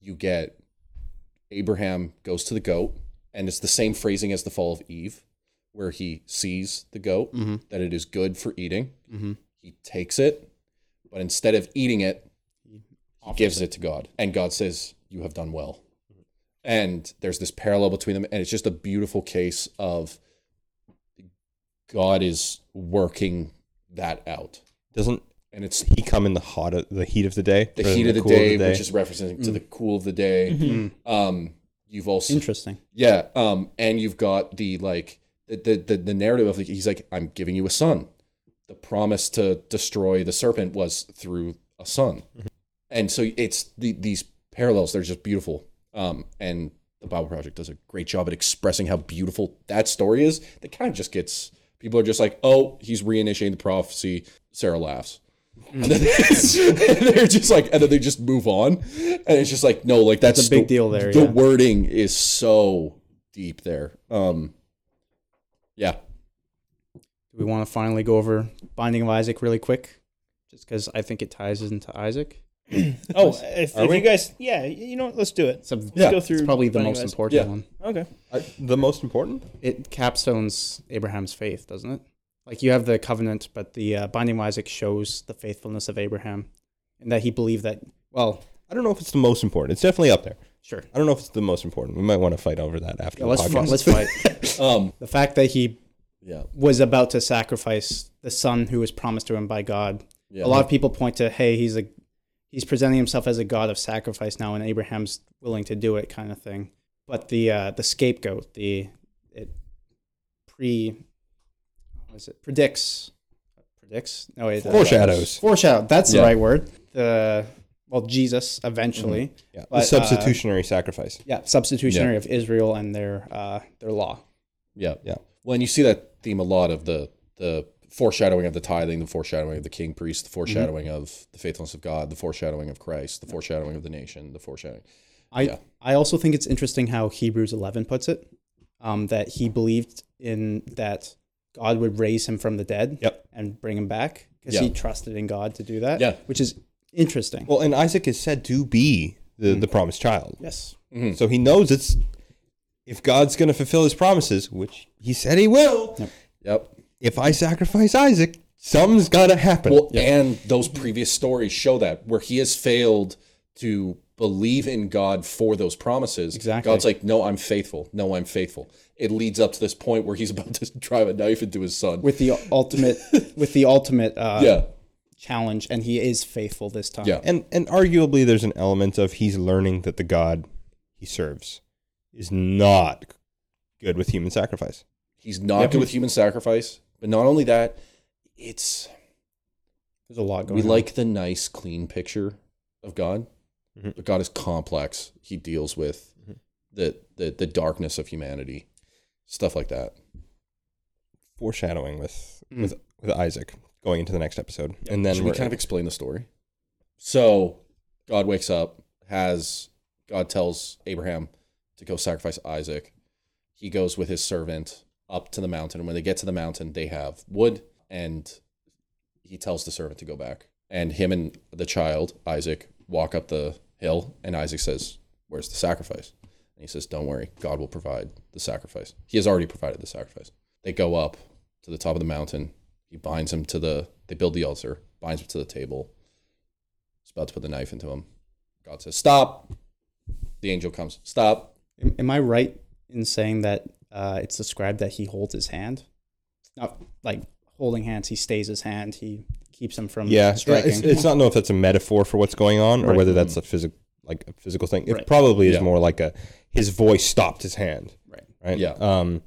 you get Abraham goes to the goat, and it's the same phrasing as the fall of Eve, where he sees the goat that it is good for eating. He takes it, but instead of eating it, he gives it to God, and God says, "You have done well." And there's this parallel between them, and it's just a beautiful case of God is working that out, Doesn't and it's he come in the hot of, the heat of the day? the rather heat than of the, cool day, which is referencing to the cool of the day. Um, you've also Interesting. yeah, um, and you've got the like the the the, the narrative of like, he's like I'm giving you a son. The promise to destroy the serpent was through a son, Mm-hmm. and so it's the, these parallels. They're just beautiful, um, and the Bible Project does a great job at expressing how beautiful that story is. That kind of just gets people are just like, oh, he's reinitiating the prophecy. Sarah laughs. Mm. And then they're just like, and then they just move on, and it's just like, no, like that's It's a big deal there, The yeah. wording is so deep there. Um, yeah, Do we want to finally go over Binding of Isaac really quick? Just because I think it ties into Isaac. Oh, if, Are if we? you guys, yeah, you know, what, let's do it. It's, a, Let's go through. it's probably the Binding most of Isaac. important Yeah. one. Okay. Uh, the most important. It capstones Abraham's faith, doesn't it? Like you have the covenant, but the uh, Binding of Isaac shows the faithfulness of Abraham, and that he believed that. Well, I don't know if it's the most important. It's definitely up there. Sure. I don't know if it's the most important. We might want to fight over that after Yeah, the let's podcast. fight, let's fight. um, the fact that he yeah, was about to sacrifice the son who was promised to him by God. yeah. A lot of people point to, hey, he's a he's presenting himself as a god of sacrifice now, and Abraham's willing to do it, kind of thing. But the uh, the scapegoat, the it pre what is it predicts predicts no it uh, Foreshadows. foreshadow that's Yeah. the right word the well Jesus eventually Yeah, the But, uh, substitutionary sacrifice. yeah substitutionary of Israel and their uh, their law Yeah. Yeah. Well, and you see that theme a lot of the the foreshadowing of the tithing, the foreshadowing of the king Mm-hmm. priest, the foreshadowing of the faithfulness of God, the foreshadowing of Christ, the foreshadowing of the nation, the foreshadowing. I I also think it's interesting how Hebrews 11 puts it, um, that he believed in that God would raise him from the dead Yep. and bring him back because Yeah. he trusted in God to do that. Yeah. which is interesting. Well, and Isaac is said to be the, Mm-hmm. the promised child. yes, So he knows it's if God's going to fulfill his promises, which he said he will. Yep. If I sacrifice Isaac, something's got to happen. Well, and those previous stories show that where he has failed to believe in God for those promises. Exactly. God's like, no, I'm faithful. No, I'm faithful. It leads up to this point where he's about to drive a knife into his son. with the ultimate with the ultimate uh, yeah. challenge, and he is faithful this time. Yeah. and and arguably there's an element of he's learning that the god he serves is not good with human sacrifice. He's not good with human sacrifice. But not only that, it's there's a lot going. we on. like the nice, clean picture of God. But God is complex. He deals with the, the the darkness of humanity. Stuff like that. Foreshadowing with with with Isaac going into the next episode, and then Hmm. Should we're we kind of explain the story? So God wakes up, has God tells Abraham to go sacrifice Isaac. He goes with his servant up to the mountain, and when they get to the mountain, they have wood, and he tells the servant to go back. And him and the child, Isaac, walk up the hill, and Isaac says, Where's the sacrifice? And he says, Don't worry, God will provide the sacrifice. He has already provided the sacrifice. They go up to the top of the mountain. He binds him to the, they build the altar, binds him to the table. He's about to put the knife into him. God says, Stop. The angel comes, Stop. Am, am I right in saying that uh, it's described that he holds his hand? Not like holding hands. He stays his hand. He keeps him from yeah, yeah, striking. it's, it's not know if that's a metaphor for what's going on or whether that's a physical like a physical thing. It probably is Hmm. Yeah. more like a his voice stopped his hand, Right. Right. Yeah. Um,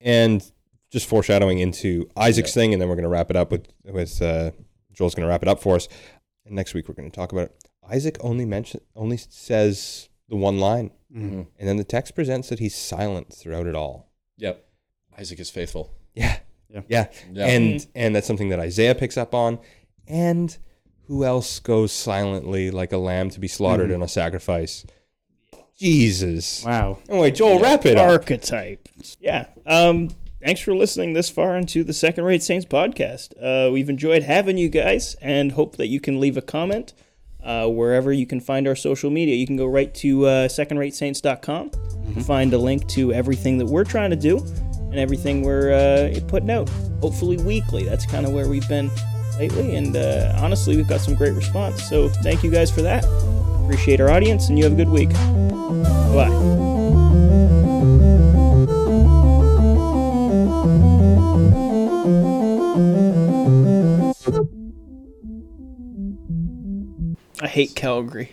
and just foreshadowing into Isaac's thing, and then we're gonna wrap it up with with uh, Joel's gonna wrap it up for us. And next week we're gonna talk about it. Isaac only mention only says the one line, Mm-hmm. and then the text presents that he's silent throughout it all. Yep. Isaac is faithful. Yeah. Yeah. Yeah. Yeah. And and that's something that Isaiah picks up on. And who else goes silently like a lamb to be slaughtered in a sacrifice? Jesus. wow. Anyway, Joel, wrap it up. archetype. Yeah. Um, thanks for listening this far into the Second Rate Saints podcast. Uh, we've enjoyed having you guys and hope that you can leave a comment uh, wherever you can find our social media. You can go right to uh, secondratesaints.com and find a link to everything that we're trying to do and everything we're uh, putting out, hopefully weekly. That's kind of where we've been lately. And uh, honestly, we've got some great response. So thank you guys for that. Appreciate our audience, and you have a good week. Bye. I hate Calgary.